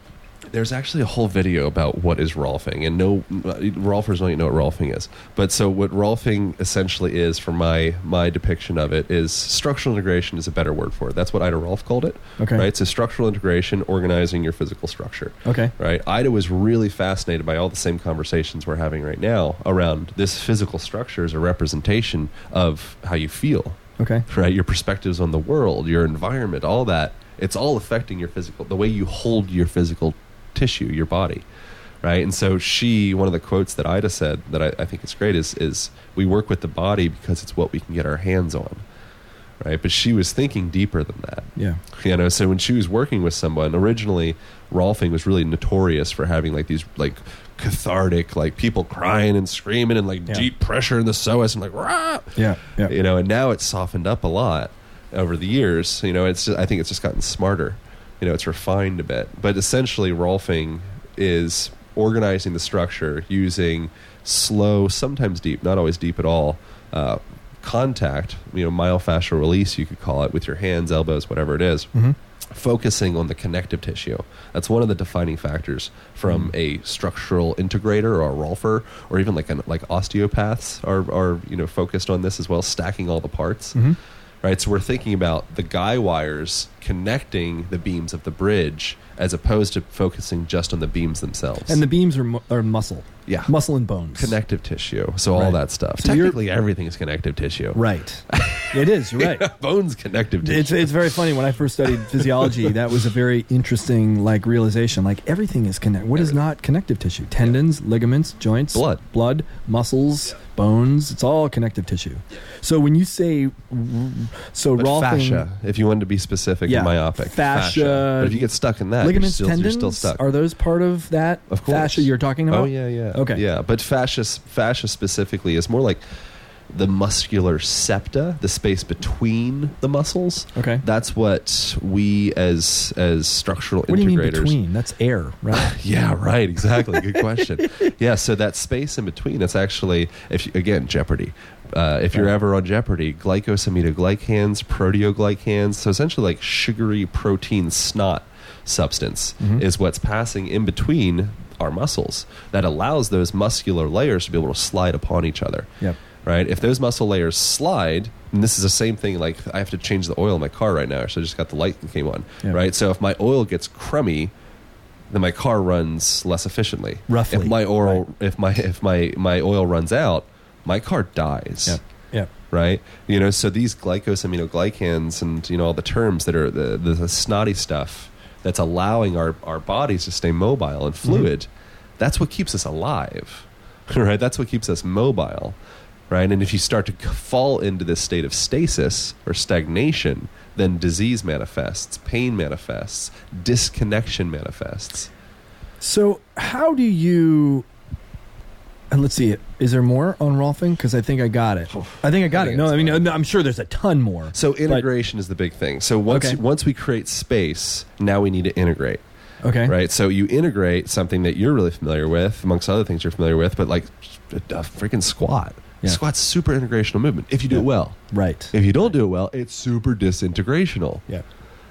Speaker 2: There's actually a whole video about what is rolfing, and no, rolfers don't even know what rolfing is. But so what rolfing essentially is, for my my depiction of it, is structural integration is a better word for it. That's what Ida Rolf called it.
Speaker 1: Okay.
Speaker 2: Right. So structural integration, organizing your physical structure.
Speaker 1: Okay.
Speaker 2: Right. Ida was really fascinated by all the same conversations we're having right now around this physical structure is a representation of how you feel
Speaker 1: Okay.
Speaker 2: right? Your perspectives on the world, your environment, all that. It's all affecting your physical, the way you hold your physical tissue, your body, right? And so she, one of the quotes that Ida said that I, I think is great is, is we work with the body because it's what we can get our hands on, right? But she was thinking deeper than that.
Speaker 1: Yeah.
Speaker 2: You know, so when she was working with someone, originally Rolfing was really notorious for having like these like cathartic, like people crying and screaming and like
Speaker 1: Yeah.
Speaker 2: deep pressure in the psoas and like rah
Speaker 1: Yeah. Yeah.
Speaker 2: you know and now it's softened up a lot over the years you know it's i think it's just gotten smarter you know it's refined a bit but essentially rolfing is organizing the structure using slow sometimes deep not always deep at all uh, contact you know myofascial release you could call it with your hands elbows whatever it is,
Speaker 1: Mhm.
Speaker 2: focusing on the connective tissue that's one of the defining factors from
Speaker 1: Mm.
Speaker 2: a structural integrator or a rolfer or even like an like osteopaths are are you know focused on this as well stacking all the parts
Speaker 1: Mhm.
Speaker 2: right? So we're thinking about the guy wires connecting the beams of the bridge as opposed to focusing just on the beams themselves.
Speaker 1: And the beams are, mu- are muscle,
Speaker 2: yeah,
Speaker 1: muscle and bones.
Speaker 2: connective tissue. So all
Speaker 1: Right.
Speaker 2: that stuff.
Speaker 1: So you're-
Speaker 2: Technically, everything is connective tissue.
Speaker 1: Right. It is. You're right.
Speaker 2: Bones connective tissue.
Speaker 1: It's, it's very funny when I first studied physiology. That was a very interesting like realization. Like everything is connected. What is not connective tissue? Tendons, ligaments, joints,
Speaker 2: Blood.
Speaker 1: blood, muscles, bones. It's all connective tissue. So when you say so
Speaker 2: But
Speaker 1: raw
Speaker 2: fascia, if you wanted to be specific
Speaker 1: Yeah.
Speaker 2: and myopic.
Speaker 1: Fascia.
Speaker 2: But if you get stuck in that,
Speaker 1: thing, ligaments,
Speaker 2: you're, still,
Speaker 1: tendons,
Speaker 2: you're still stuck.
Speaker 1: are those part of that
Speaker 2: Of course.
Speaker 1: fascia you're talking about?
Speaker 2: Oh yeah, yeah.
Speaker 1: Okay.
Speaker 2: Yeah, but fascia fascia specifically is more like the muscular septa, the space between the muscles.
Speaker 1: Okay.
Speaker 2: That's what we as as structural
Speaker 1: What do
Speaker 2: integrators.
Speaker 1: you mean between? That's air, right?
Speaker 2: Yeah, right. Exactly. Good question. yeah, so that space in between, it's actually, if you, again, Jeopardy. Uh, if you're
Speaker 1: Okay.
Speaker 2: ever on Jeopardy, glycosaminoglycans, proteoglycans, so essentially like sugary protein snot substance
Speaker 1: Mhm.
Speaker 2: is what's passing in between our muscles that allows those muscular layers to be able to slide upon each other
Speaker 1: yep.
Speaker 2: right? If those muscle layers slide, and this is the same thing, like I have to change the oil in my car right now, so I just got the light that came on,
Speaker 1: Yeah.
Speaker 2: right? So if my oil gets crummy, then my car runs less efficiently.
Speaker 1: Roughly,
Speaker 2: if my oil, if my if my my oil runs out, my car dies
Speaker 1: Yep. Yep.
Speaker 2: right? You know, so these glycosaminoglycans and you know all the terms that are the, the, the snotty stuff that's allowing our, our bodies to stay mobile and fluid. That's what keeps us alive, right? That's what keeps us mobile, right? And if you start to c- fall into this state of stasis or stagnation, then disease manifests, pain manifests, disconnection manifests.
Speaker 1: So how do you? And let's see. Is there more on Rolfing? Because I think I got it. I think I got
Speaker 2: I think
Speaker 1: it. No,
Speaker 2: it's
Speaker 1: I mean
Speaker 2: fine.
Speaker 1: no, I'm sure there's a ton more.
Speaker 2: So integration is the big thing. So once
Speaker 1: Okay.
Speaker 2: once we create space, now we need to integrate.
Speaker 1: Okay.
Speaker 2: right? So you integrate something that you're really familiar with, amongst other things you're familiar with, but like a, a freaking squat.
Speaker 1: Yeah.
Speaker 2: Squat's super integrational movement if you do
Speaker 1: Yeah.
Speaker 2: it well.
Speaker 1: Right.
Speaker 2: If you don't do it well, it's super disintegrational,
Speaker 1: Yeah.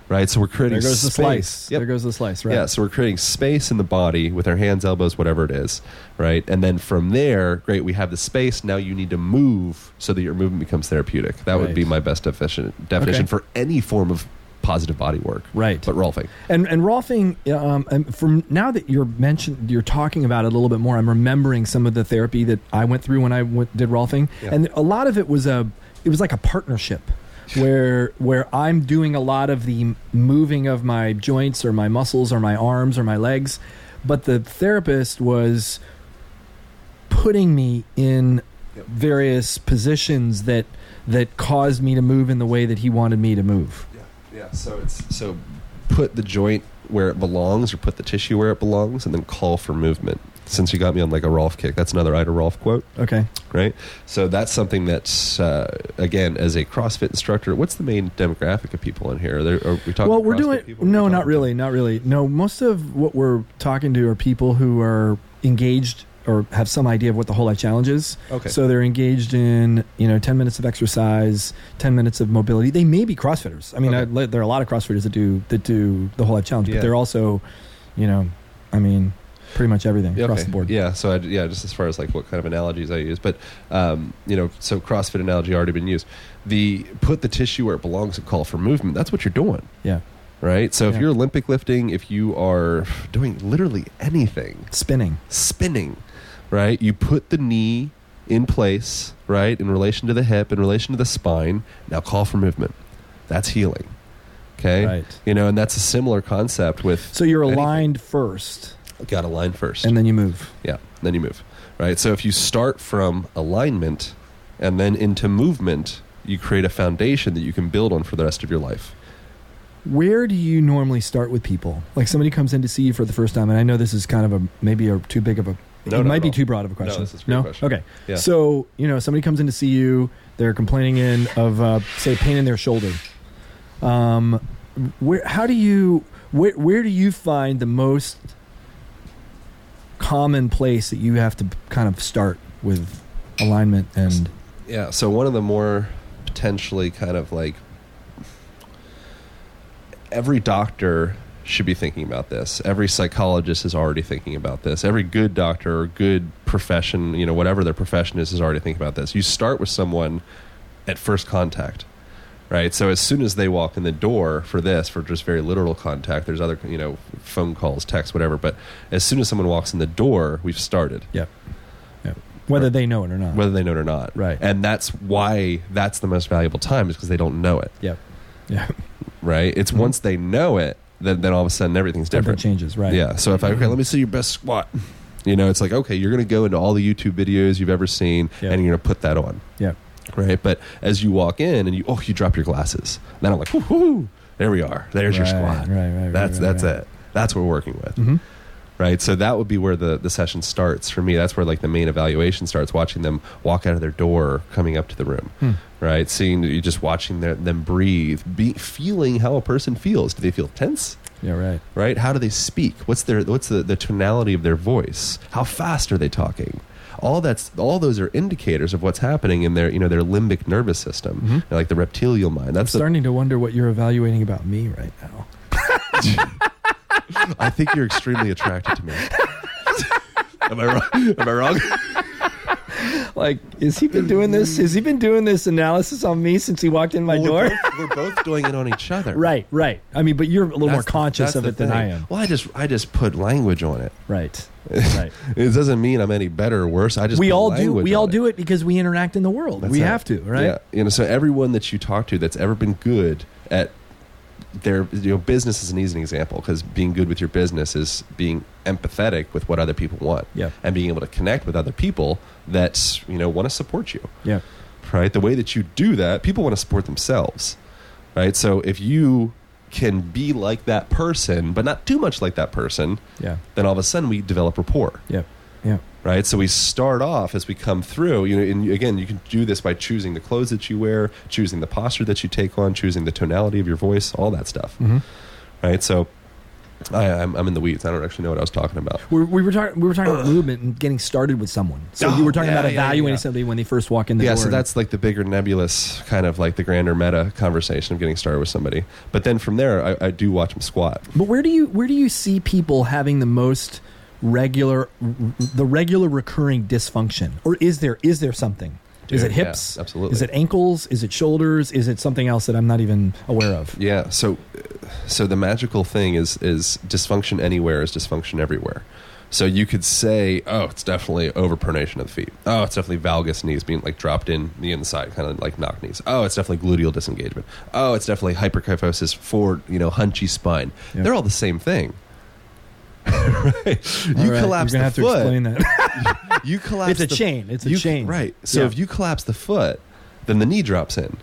Speaker 2: right? So we're creating
Speaker 1: There goes the
Speaker 2: space.
Speaker 1: slice.
Speaker 2: Yep.
Speaker 1: There goes the slice. Right.
Speaker 2: Yeah, so we're creating space in the body with our hands, elbows, whatever it is, right? And then from there, great, we have the space. Now you need to move so that your movement becomes therapeutic. That would
Speaker 1: Right.
Speaker 2: be my best definition, definition
Speaker 1: Okay.
Speaker 2: for any form of positive body work.
Speaker 1: Right.
Speaker 2: But rolfing.
Speaker 1: And and Rolfing, um, and from now that you're mentioned, you're talking about it a little bit more. I'm remembering some of the therapy that I went through when I went, did Rolfing,
Speaker 2: Yeah.
Speaker 1: and a lot of it was a it was like a partnership, where where I'm doing a lot of the moving of my joints or my muscles or my arms or my legs, but the therapist was putting me in
Speaker 2: Yep.
Speaker 1: various positions that that caused me to move in the way that he wanted me to move.
Speaker 2: Yeah, yeah. So it's so put the joint where it belongs, or put the tissue where it belongs, and then call for movement. Since you got me on like a Rolf kick, that's another Ida Rolf quote,
Speaker 1: Okay.
Speaker 2: right? So that's something that's uh, again, as a CrossFit instructor, what's the main demographic of people in here? Are, there, are we talking?
Speaker 1: well we're
Speaker 2: CrossFit
Speaker 1: doing
Speaker 2: people? Are
Speaker 1: no
Speaker 2: we
Speaker 1: not
Speaker 2: talking-
Speaker 1: really not really no most of what we're talking to are people who are engaged or have some idea of what the whole life challenge is
Speaker 2: Okay.
Speaker 1: so they're engaged in you know 10 minutes of exercise 10 minutes of mobility they may be crossfitters i mean
Speaker 2: Okay.
Speaker 1: I, there are a lot of crossfitters that do that do the whole life challenge
Speaker 2: Yeah.
Speaker 1: but they're also you know i mean pretty much everything
Speaker 2: Yeah,
Speaker 1: across
Speaker 2: okay.
Speaker 1: the board
Speaker 2: Yeah, so I, yeah, just as far as like what kind of analogies I use, but um, you know, so CrossFit analogy already been used. The put the tissue where it belongs and call for movement. That's what you're doing.
Speaker 1: yeah
Speaker 2: right? So if
Speaker 1: Yeah.
Speaker 2: you're Olympic lifting, if you are doing literally anything,
Speaker 1: spinning
Speaker 2: spinning, right? You put the knee in place, right, in relation to the hip, in relation to the spine. Now call for movement. That's healing. Okay?
Speaker 1: right
Speaker 2: You know, and that's a similar concept with
Speaker 1: so you're
Speaker 2: Anything.
Speaker 1: aligned first
Speaker 2: got to line first.
Speaker 1: and then you move
Speaker 2: yeah, then you move. Right? So if you start from alignment and then into movement, you create a foundation that you can build on for the rest of your life.
Speaker 1: Where do you normally start with people? Like somebody comes in to see you for the first time, and I know this is kind of a maybe a too big of a
Speaker 2: No,
Speaker 1: it
Speaker 2: not
Speaker 1: might
Speaker 2: at
Speaker 1: be
Speaker 2: all.
Speaker 1: too broad of a question.
Speaker 2: this is a great question.
Speaker 1: Okay.
Speaker 2: Yeah.
Speaker 1: So you know somebody comes in to see you, they're complaining in of uh, say pain in their shoulder. Um, where how do you where where do you find the most common place that you have to kind of start with alignment and
Speaker 2: Yeah, so one of the more potentially kind of like every doctor should be thinking about this. Every psychologist is already thinking about this. Every good doctor or good profession, you know, whatever their profession is, is already thinking about this. You start with someone at first contact, right? So as soon as they walk in the door for this, for just very literal contact, there's other, you know, phone calls, texts, whatever. But as soon as someone walks in the door, we've started.
Speaker 1: yep. Yep. whether they know it or not.
Speaker 2: Whether they know it or not.
Speaker 1: Right.
Speaker 2: And that's why that's the most valuable time is because they don't know it.
Speaker 1: yep. Yeah.
Speaker 2: right? It's
Speaker 1: Mhm.
Speaker 2: once they know it, then, then all of a sudden everything's
Speaker 1: Different
Speaker 2: different.
Speaker 1: changes, right?
Speaker 2: Yeah. So if I okay, let me see your best squat. You know, it's like okay, you're going to go into all the YouTube videos you've ever seen,
Speaker 1: Yeah.
Speaker 2: and you're going to put that on.
Speaker 1: Yeah.
Speaker 2: Right. But as you walk in and you oh you drop your glasses, then I'm like whoo there we are. There's your
Speaker 1: Right,
Speaker 2: squad.
Speaker 1: Right, right, right,
Speaker 2: that's
Speaker 1: right,
Speaker 2: that's
Speaker 1: right.
Speaker 2: it. That's what we're working with.
Speaker 1: Mhm.
Speaker 2: Right. So that would be where the, the session starts for me. That's where like the main evaluation starts, watching them walk out of their door, coming up to the room.
Speaker 1: Hmm.
Speaker 2: Right. Seeing you just watching their, them breathe, be, feeling how a person feels. Do they feel tense?
Speaker 1: Yeah, right.
Speaker 2: Right. How do they speak? What's their what's the, the tonality of their voice? How fast are they talking? All that's all those are indicators of what's happening in their you know their limbic nervous system,
Speaker 1: Mhm.
Speaker 2: like the reptilial mind.
Speaker 1: I'm
Speaker 2: That's the,
Speaker 1: starting to wonder what you're evaluating about me right now.
Speaker 2: I think you're extremely attracted to me. Am I wrong? Am I wrong?
Speaker 1: Like, has he been doing this? Has he been doing this analysis on me since he walked in my
Speaker 2: Well,
Speaker 1: door?
Speaker 2: We're both, we're both doing it on each other.
Speaker 1: right, right. I mean, but you're a little
Speaker 2: That's
Speaker 1: more
Speaker 2: the-
Speaker 1: conscious
Speaker 2: that's
Speaker 1: of
Speaker 2: the
Speaker 1: it than I
Speaker 2: thing.
Speaker 1: am.
Speaker 2: Well, I just I just put language on it.
Speaker 1: Right, right.
Speaker 2: It doesn't mean I'm any better or worse. I just
Speaker 1: we
Speaker 2: put
Speaker 1: all do.
Speaker 2: language
Speaker 1: We all
Speaker 2: on
Speaker 1: do it because we interact in the world.
Speaker 2: That's
Speaker 1: we
Speaker 2: it.
Speaker 1: have to, right?
Speaker 2: Yeah. You know, so everyone that you talk to that's ever been good at their you know business is an easy example because being good with your business is being empathetic with what other people want
Speaker 1: Yeah.
Speaker 2: and being able to connect with other people that you know want to support you.
Speaker 1: Yeah.
Speaker 2: right? The way that you do that, people want to support themselves, right? So if you can be like that person, but not too much like that person,
Speaker 1: Yeah.
Speaker 2: then all of a sudden we develop rapport,
Speaker 1: Yeah. Yeah.
Speaker 2: right? So we start off as we come through, you know, and again, you can do this by choosing the clothes that you wear, choosing the posture that you take on, choosing the tonality of your voice, all that stuff,
Speaker 1: Mm-hmm.
Speaker 2: right? So I, I'm, I'm in the weeds. I don't actually know what I was talking about.
Speaker 1: We're, we were talking. We were talking about movement and getting started with someone. So
Speaker 2: Oh,
Speaker 1: you were talking
Speaker 2: yeah,
Speaker 1: about
Speaker 2: yeah,
Speaker 1: evaluating
Speaker 2: yeah.
Speaker 1: somebody when they first walk in the
Speaker 2: yeah
Speaker 1: door.
Speaker 2: so that's like the bigger nebulous kind of like the grander meta conversation of getting started with somebody but then from there i, I do watch them squat
Speaker 1: But where do you where do you see people having the most regular, the regular recurring dysfunction, or is there is there something? is
Speaker 2: Dude,
Speaker 1: it hips?
Speaker 2: yeah, absolutely.
Speaker 1: Is it ankles? Is it shoulders? Is it something else that I'm not even aware of?
Speaker 2: yeah so so the magical thing is is dysfunction anywhere is dysfunction everywhere so you could say oh it's definitely overpronation of the feet oh it's definitely valgus knees being like dropped in the inside kind of like knock knees oh it's definitely gluteal disengagement oh it's definitely hyperkyphosis forward you know hunchy spine
Speaker 1: Yeah.
Speaker 2: they're all the same thing right you
Speaker 1: All right,
Speaker 2: collapse
Speaker 1: You're
Speaker 2: the
Speaker 1: gonna have
Speaker 2: foot
Speaker 1: to explain that.
Speaker 2: you collapse
Speaker 1: it's a
Speaker 2: the-
Speaker 1: chain. It's a
Speaker 2: you-
Speaker 1: chain.
Speaker 2: Right. So
Speaker 1: Yeah.
Speaker 2: if you collapse the foot, then the knee drops in.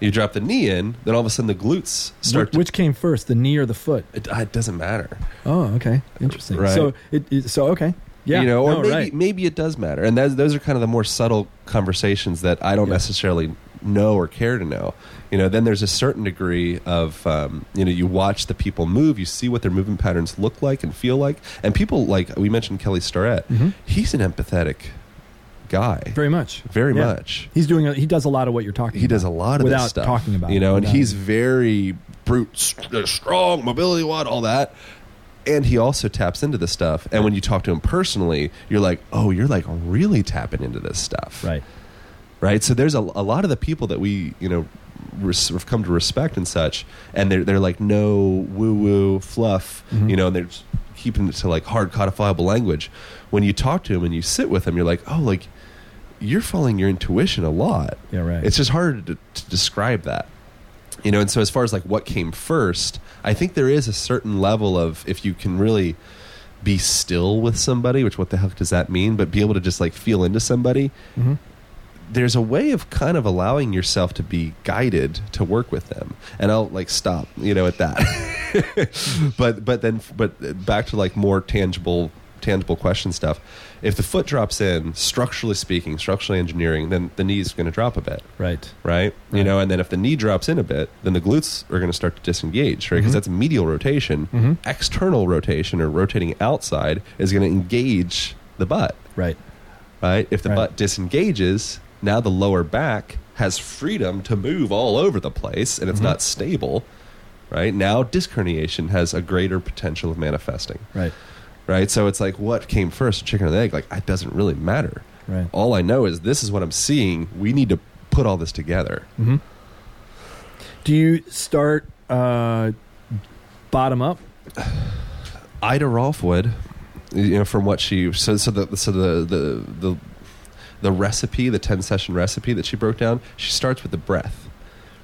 Speaker 2: You drop the knee in, then all of a sudden the glutes start.
Speaker 1: Wh- which came first, the knee or the foot?
Speaker 2: to, it, it doesn't matter.
Speaker 1: Oh, okay, interesting.
Speaker 2: Right.
Speaker 1: So it, it so okay. Yeah.
Speaker 2: You know, or
Speaker 1: No,
Speaker 2: maybe
Speaker 1: right.
Speaker 2: maybe it does matter. And those those are kind of the more subtle conversations that I don't
Speaker 1: Yeah.
Speaker 2: necessarily know or care to know. You know, then there's a certain degree of um, you know you watch the people move, you see what their movement patterns look like and feel like, and people like we mentioned Kelly Starrett,
Speaker 1: Mhm.
Speaker 2: he's an empathetic guy,
Speaker 1: very much.
Speaker 2: very
Speaker 1: Yeah.
Speaker 2: much.
Speaker 1: He's doing. A, he does a lot of what you're talking.
Speaker 2: he does a
Speaker 1: about
Speaker 2: lot of
Speaker 1: without
Speaker 2: this stuff
Speaker 1: talking about
Speaker 2: you
Speaker 1: it,
Speaker 2: know and
Speaker 1: without-
Speaker 2: he's very brute st- strong mobility what all that and he also taps into this stuff and when you talk to him personally you're like oh you're like really tapping into this stuff
Speaker 1: right.
Speaker 2: right so there's a, a lot of the people that we you know res- have come to respect and such and they're, they're like no woo woo fluff
Speaker 1: Mhm.
Speaker 2: you know and they're just keeping it to like hard codifiable language when you talk to him and you sit with him you're like oh like you're following your intuition a lot
Speaker 1: Yeah. Right.
Speaker 2: it's just hard to, to describe that you know and so as far as like what came first i think there is a certain level of if you can really be still with somebody which what the heck does that mean but be able to just like feel into somebody
Speaker 1: Mhm.
Speaker 2: there's a way of kind of allowing yourself to be guided to work with them and i'll like stop you know at that but but then but back to like more tangible tangible question stuff if the foot drops in structurally speaking structurally engineering then the knee's going to drop a bit
Speaker 1: right.
Speaker 2: right? You
Speaker 1: Right.
Speaker 2: know, and then if the knee drops in a bit, then the glutes are going to start to disengage, right? Because
Speaker 1: Mhm.
Speaker 2: that's medial rotation.
Speaker 1: Mhm.
Speaker 2: External rotation or rotating outside is going to engage the butt,
Speaker 1: Right.
Speaker 2: right? If the
Speaker 1: Right.
Speaker 2: butt disengages, now the lower back has freedom to move all over the place and it's
Speaker 1: Mhm.
Speaker 2: not stable, right? Now disc herniation has a greater potential of manifesting,
Speaker 1: Right.
Speaker 2: right? So it's like what came first, chicken or the egg? Like it doesn't really matter.
Speaker 1: Right.
Speaker 2: All I know is this is what I'm seeing. We need to put all this together.
Speaker 1: Mm-hmm. Do you start uh, bottom up?
Speaker 2: Ida Rolf would, you know, from what she so so the so the the the the recipe, the ten session recipe that she broke down, she starts with the breath,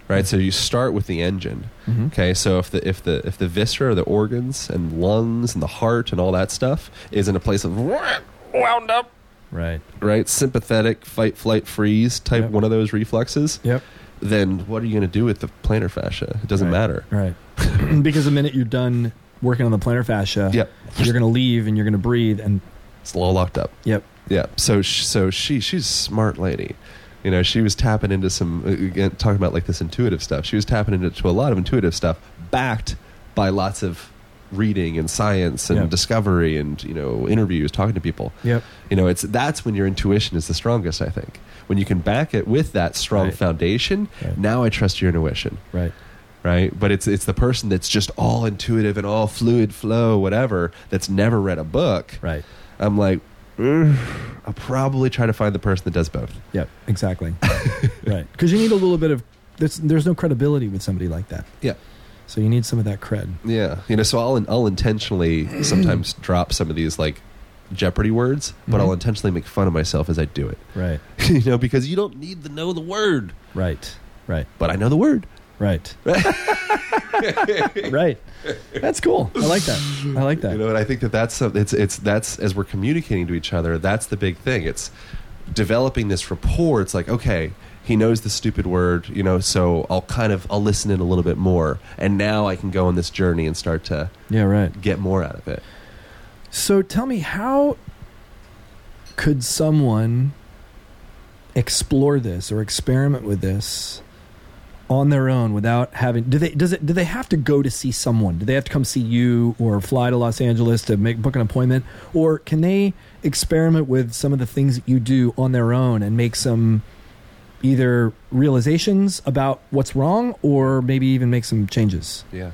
Speaker 2: right? So you start with the engine.
Speaker 1: Mm-hmm.
Speaker 2: Okay, so if the if the if the viscera, the organs and lungs and the heart and all that stuff is in a place of wound up,
Speaker 3: Right.
Speaker 2: right? Sympathetic fight, flight, freeze type
Speaker 3: Yep.
Speaker 2: one of those reflexes.
Speaker 1: Yep.
Speaker 2: Then what are you going to do with the plantar fascia? It doesn't
Speaker 3: Right.
Speaker 2: matter.
Speaker 3: Right.
Speaker 1: because the minute you're done working on the plantar fascia,
Speaker 2: Yep.
Speaker 1: you're going to leave and you're going to breathe and
Speaker 2: It's all locked up.
Speaker 1: yep.
Speaker 2: Yeah. So sh- so she she's a smart lady. You know, she was tapping into some uh, again, talking about like this intuitive stuff. She was tapping into to a lot of intuitive stuff backed by lots of reading and science and
Speaker 3: Yeah.
Speaker 2: discovery and you know interviews talking to people.
Speaker 1: Yep.
Speaker 2: You know, it's that's when your intuition is the strongest, I think. When you can back it with that strong
Speaker 3: Right.
Speaker 2: foundation,
Speaker 3: Right.
Speaker 2: now I trust your intuition,
Speaker 3: Right.
Speaker 2: right? But it's it's the person that's just all intuitive and all fluid flow whatever that's never read a book
Speaker 3: Right.
Speaker 2: I'm like, "Ugh, I'll probably try to find the person that does both.
Speaker 1: Yep. Exactly.
Speaker 3: Right.
Speaker 1: Because you need a little bit of there's there's no credibility with somebody like that.
Speaker 2: Yeah.
Speaker 1: So you need some of that cred.
Speaker 2: Yeah, you know, so I'll I'll intentionally sometimes drop some of these like Jeopardy words, but I'll
Speaker 1: Mhm.
Speaker 2: intentionally make fun of myself as I do it.
Speaker 3: Right.
Speaker 2: you know, because you don't need to know the word,
Speaker 3: Right. Right.
Speaker 2: but I know the word.
Speaker 3: Right. right.
Speaker 1: That's cool. I like that. I like that.
Speaker 2: You know, and I think that that's some, it's it's that's as we're communicating to each other, that's the big thing. It's developing this rapport. It's like, okay, he knows the stupid word, you know, so I'll kind of I'll listen in a little bit more, and now I can go on this journey and start to
Speaker 3: Yeah. Right.
Speaker 2: get more out of it.
Speaker 1: So tell me, how could someone explore this or experiment with this on their own without having? Do they does it? Do they have to go to see someone? Do they have to come see you or fly to Los Angeles to make book an appointment? Or can they experiment with some of the things that you do on their own and make some either realizations about what's wrong or maybe even make some changes?
Speaker 2: Yeah.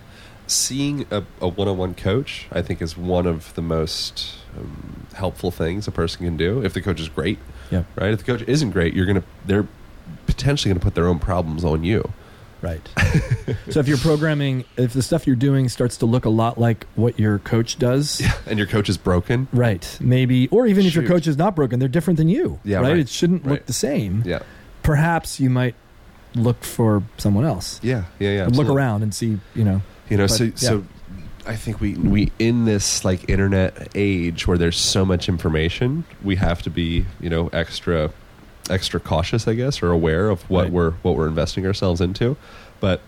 Speaker 2: Seeing a, a one-on-one coach, I think, is one of the most um, helpful things a person can do. If the coach is great,
Speaker 3: Yeah.
Speaker 2: right? If the coach isn't great, you're gonna they're potentially gonna put their own problems on you.
Speaker 1: Right. so if you're programming, if the stuff you're doing starts to look a lot like what your coach does,
Speaker 2: And your coach is broken.
Speaker 1: right? Maybe, or even if your
Speaker 2: Shoot.
Speaker 1: coach is not broken, they're different than you.
Speaker 2: Yeah,
Speaker 1: right.
Speaker 2: right.
Speaker 1: It shouldn't look
Speaker 2: Right.
Speaker 1: the same.
Speaker 2: Yeah.
Speaker 1: Perhaps you might look for someone else.
Speaker 2: Yeah. Yeah. Yeah.
Speaker 1: And look
Speaker 2: absolutely.
Speaker 1: around and see. You know.
Speaker 2: You know.
Speaker 1: But,
Speaker 2: so
Speaker 1: yeah.
Speaker 2: so. I think we we in this like internet age where there's so much information, we have to be you know extra extra cautious, I guess, or aware of what
Speaker 3: Right.
Speaker 2: we're what we're investing ourselves into. But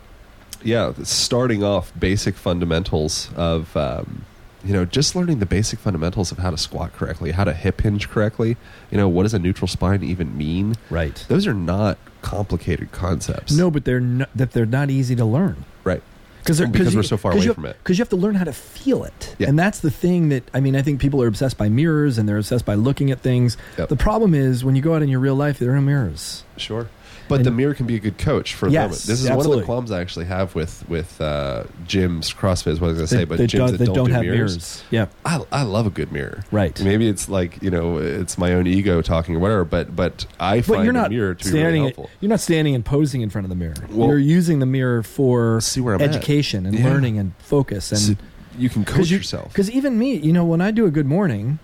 Speaker 2: yeah, starting off basic fundamentals of um, you know just learning the basic fundamentals of how to squat correctly, how to hip hinge correctly. You know what does a neutral spine even mean?
Speaker 3: Right.
Speaker 2: Those are not complicated concepts.
Speaker 1: No, but they're no, that they're not easy to learn.
Speaker 2: right?
Speaker 1: Cause they're-
Speaker 2: Because
Speaker 1: you-
Speaker 2: we're so far
Speaker 1: 'cause
Speaker 2: away
Speaker 1: you have-
Speaker 2: from it.
Speaker 1: Because you have to learn how to feel it,
Speaker 2: Yeah.
Speaker 1: and that's the thing that I mean. I think people are obsessed by mirrors and they're obsessed by looking at things.
Speaker 2: Yep.
Speaker 1: The problem is when you go out in your real life, there are no mirrors.
Speaker 2: Sure. But
Speaker 1: And-
Speaker 2: the mirror can be a good coach for a
Speaker 1: Yes,
Speaker 2: moment. This is one of
Speaker 1: absolutely.
Speaker 2: the qualms I actually have with with uh, gyms, CrossFit is what I was going to say, but gyms that
Speaker 1: they
Speaker 2: don't, do
Speaker 1: have
Speaker 2: mirrors.
Speaker 1: Yeah,
Speaker 2: I, I love a good mirror.
Speaker 1: right.
Speaker 2: Maybe it's like you know, it's my own ego talking or whatever. But but I
Speaker 1: But
Speaker 2: find
Speaker 1: you're not
Speaker 2: a mirror to be really
Speaker 1: standing.
Speaker 2: helpful.
Speaker 1: you're not standing and posing in front of the mirror.
Speaker 2: Well-
Speaker 1: you're using the mirror for
Speaker 2: See where I'm at.
Speaker 1: education and
Speaker 2: Yeah.
Speaker 1: learning and focus
Speaker 2: So
Speaker 1: and
Speaker 2: you can coach
Speaker 1: you-
Speaker 2: yourself.
Speaker 1: because even me, you know, when I do a good morning,